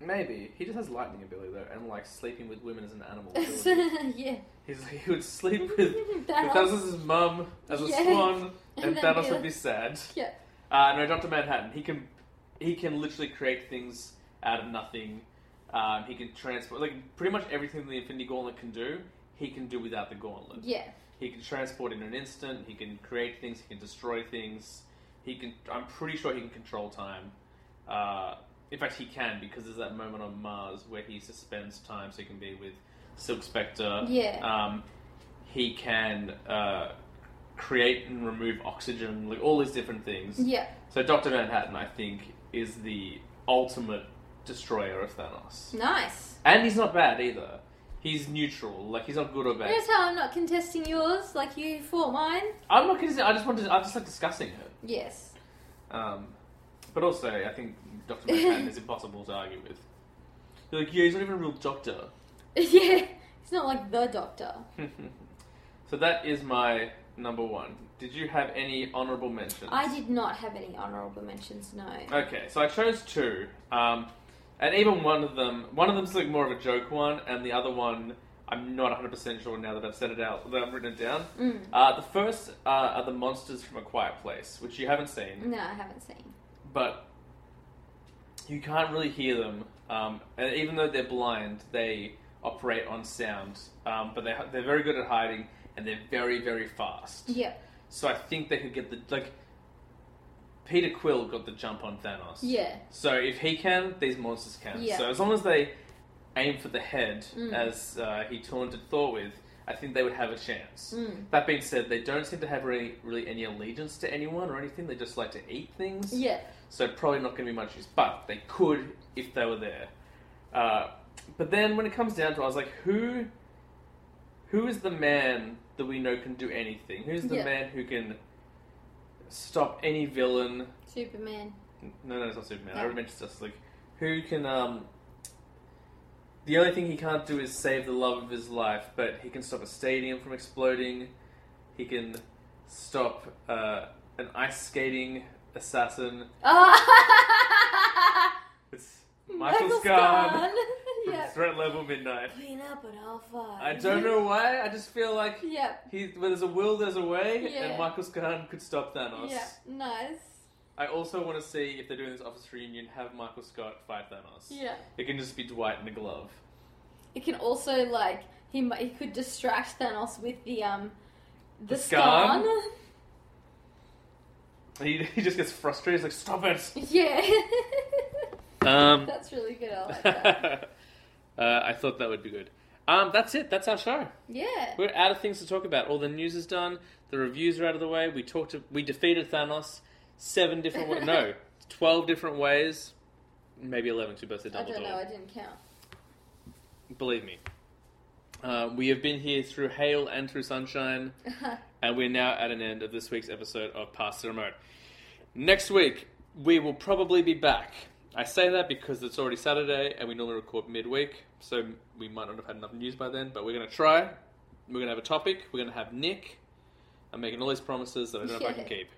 Speaker 6: maybe he just has lightning ability though, and like sleeping with women as an
Speaker 7: [laughs]
Speaker 6: animal. ability.
Speaker 7: yeah.
Speaker 6: He's like, he would sleep with
Speaker 7: [laughs]
Speaker 6: if that
Speaker 7: Thanos.
Speaker 6: was his mum as a
Speaker 7: Yeah. [laughs]
Speaker 6: swan, and
Speaker 7: And then
Speaker 6: Thanos
Speaker 7: be
Speaker 6: would
Speaker 7: like-
Speaker 6: be sad.
Speaker 7: Yeah.
Speaker 6: Uh, no, Doctor Manhattan. He can he can literally create things out of nothing. Um, he can transport like pretty much everything the Infinity Gauntlet can do. He can do without the gauntlet.
Speaker 7: Yeah.
Speaker 6: He can transport in an instant. He can create things. He can destroy things. He can. I'm pretty sure he can control time. Uh, in fact, he can because there's that moment on Mars where he suspends time, so he can be with Silk Spectre.
Speaker 7: Yeah.
Speaker 6: Um, he can uh, create and remove oxygen, like all these different things.
Speaker 7: Yeah.
Speaker 6: So Doctor Manhattan, I think, is the ultimate destroyer of Thanos,
Speaker 7: Nice.
Speaker 6: and he's not bad either. He's neutral, like he's not good or bad.
Speaker 7: Notice how I'm not contesting yours, like you fought mine.
Speaker 6: I'm not kidding. I just wanted. I just like discussing it.
Speaker 7: Yes.
Speaker 6: Um, but also, I think Doctor Manhattan is impossible to argue with. You're like, yeah, he's not even a real doctor.
Speaker 7: [laughs] yeah. It's not like the Doctor.
Speaker 6: so that is my number one. Did you have any honorable mentions?
Speaker 7: I did not have any honorable mentions. No.
Speaker 6: Hmm. Okay, so I chose two, um, and even one of them, one of them's like more of a joke one, and the other one, I'm not 100 percent sure now that I've said it out, that I've written it down.
Speaker 7: Mm.
Speaker 6: Uh, the first uh, are the monsters from a Quiet Place, which you haven't seen.
Speaker 7: No, I haven't seen.
Speaker 6: but you can't really hear them. Um, and even though they're blind, they operate on sound. Um, but they they're very good at hiding, and they're very very fast.
Speaker 7: Yeah.
Speaker 6: So I think they could get the like. Peter Quill got the jump on Thanos.
Speaker 7: Yeah.
Speaker 6: So if he can, these monsters can.
Speaker 7: Yeah. Mm.
Speaker 6: So as long as they aim for the head, as uh, he taunted Thor with, I think they would have a chance.
Speaker 7: Mm.
Speaker 6: That being said, they don't seem to have really, really any allegiance to anyone or anything. They just like to eat things.
Speaker 7: Yeah.
Speaker 6: So probably not going to be much use. But they could if they were there. Uh, but then when it comes down to, it, I was like, who, who is the man that we know can do anything? Who's the
Speaker 7: Yeah.
Speaker 6: man who can stop any villain?
Speaker 7: [laughs] Superman.
Speaker 6: No, no, it's not Superman. I
Speaker 7: Yeah.
Speaker 6: already mentioned Justice League. Who can, um... The only thing he can't do is save the love of his life, but he can stop a stadium from exploding. He can stop uh, an ice skating assassin.
Speaker 7: Oh!
Speaker 6: It's Michael,
Speaker 7: Michael
Speaker 6: Scarn, [laughs]
Speaker 7: [laughs] Scarn.
Speaker 6: from
Speaker 7: yep.
Speaker 6: Threat Level Midnight.
Speaker 7: Clean up at all five.
Speaker 6: I don't know
Speaker 7: [laughs]
Speaker 6: why. I just feel like
Speaker 7: Yep.
Speaker 6: he, where there's a will, there's a way,
Speaker 7: Yeah.
Speaker 6: and Michael Scarn could stop Thanos.
Speaker 7: Yep. Nice.
Speaker 6: I also want to see if they're doing this office reunion, have Michael Scott fight Thanos.
Speaker 7: Yeah.
Speaker 6: It can just be Dwight in a glove.
Speaker 7: It can also like he might, he could distract Thanos with the um
Speaker 6: The
Speaker 7: the,
Speaker 6: scarn?
Speaker 7: scarn.
Speaker 6: He, he just gets frustrated. He's like, "Stop it!"
Speaker 7: [laughs] Yeah. [laughs]
Speaker 6: Um, [laughs]
Speaker 7: That's really good. I like that.
Speaker 6: uh, I thought that would be good. Um, that's it. That's our show.
Speaker 7: Yeah.
Speaker 6: We're out of things to talk about. All the news is done. The reviews are out of the way. We talked. To, we defeated Thanos seven different
Speaker 7: [laughs]
Speaker 6: ways. no, twelve different ways. Maybe eleven. Two birthday
Speaker 7: I
Speaker 6: Dumbledore.
Speaker 7: don't know. I didn't count.
Speaker 6: Believe me. Uh, we have been here through hail and through sunshine, and we're now at an end of this week's episode of Pass the Remote. Next week, we will probably be back. I say that because it's already Saturday, and we normally record midweek, so we might not have had enough news by then, but we're going to try. We're going to have a topic. We're going to have Nick. I'm making all these promises that I don't know if I can
Speaker 7: Yeah.
Speaker 6: keep.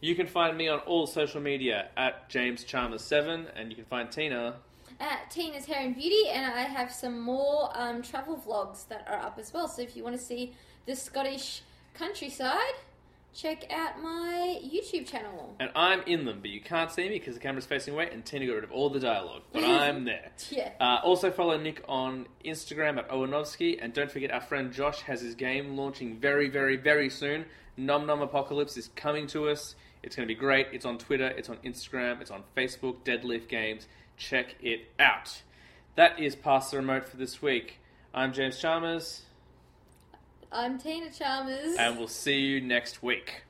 Speaker 6: You can find me on all social media at James Chalmers7, and you can find Tina.
Speaker 7: At Tina's Hair and Beauty, and I have some more um, travel vlogs that are up as well. So if you want to see the Scottish countryside, check out my YouTube channel.
Speaker 6: And I'm in them, but you can't see me because the camera's facing away, and Tina got rid of all the dialogue. But I'm there.
Speaker 7: Yeah.
Speaker 6: Uh, also, follow Nick on Instagram at Owenovsky, and don't forget our friend Josh has his game launching very, very, very soon. Nom Nom Apocalypse is coming to us. It's going to be great. It's on Twitter, it's on Instagram, it's on Facebook, Deadlift Games. Check it out. That is Pass the Remote for this week. I'm James Chalmers,
Speaker 7: I'm Tina Chalmers.
Speaker 6: and we'll see you next week.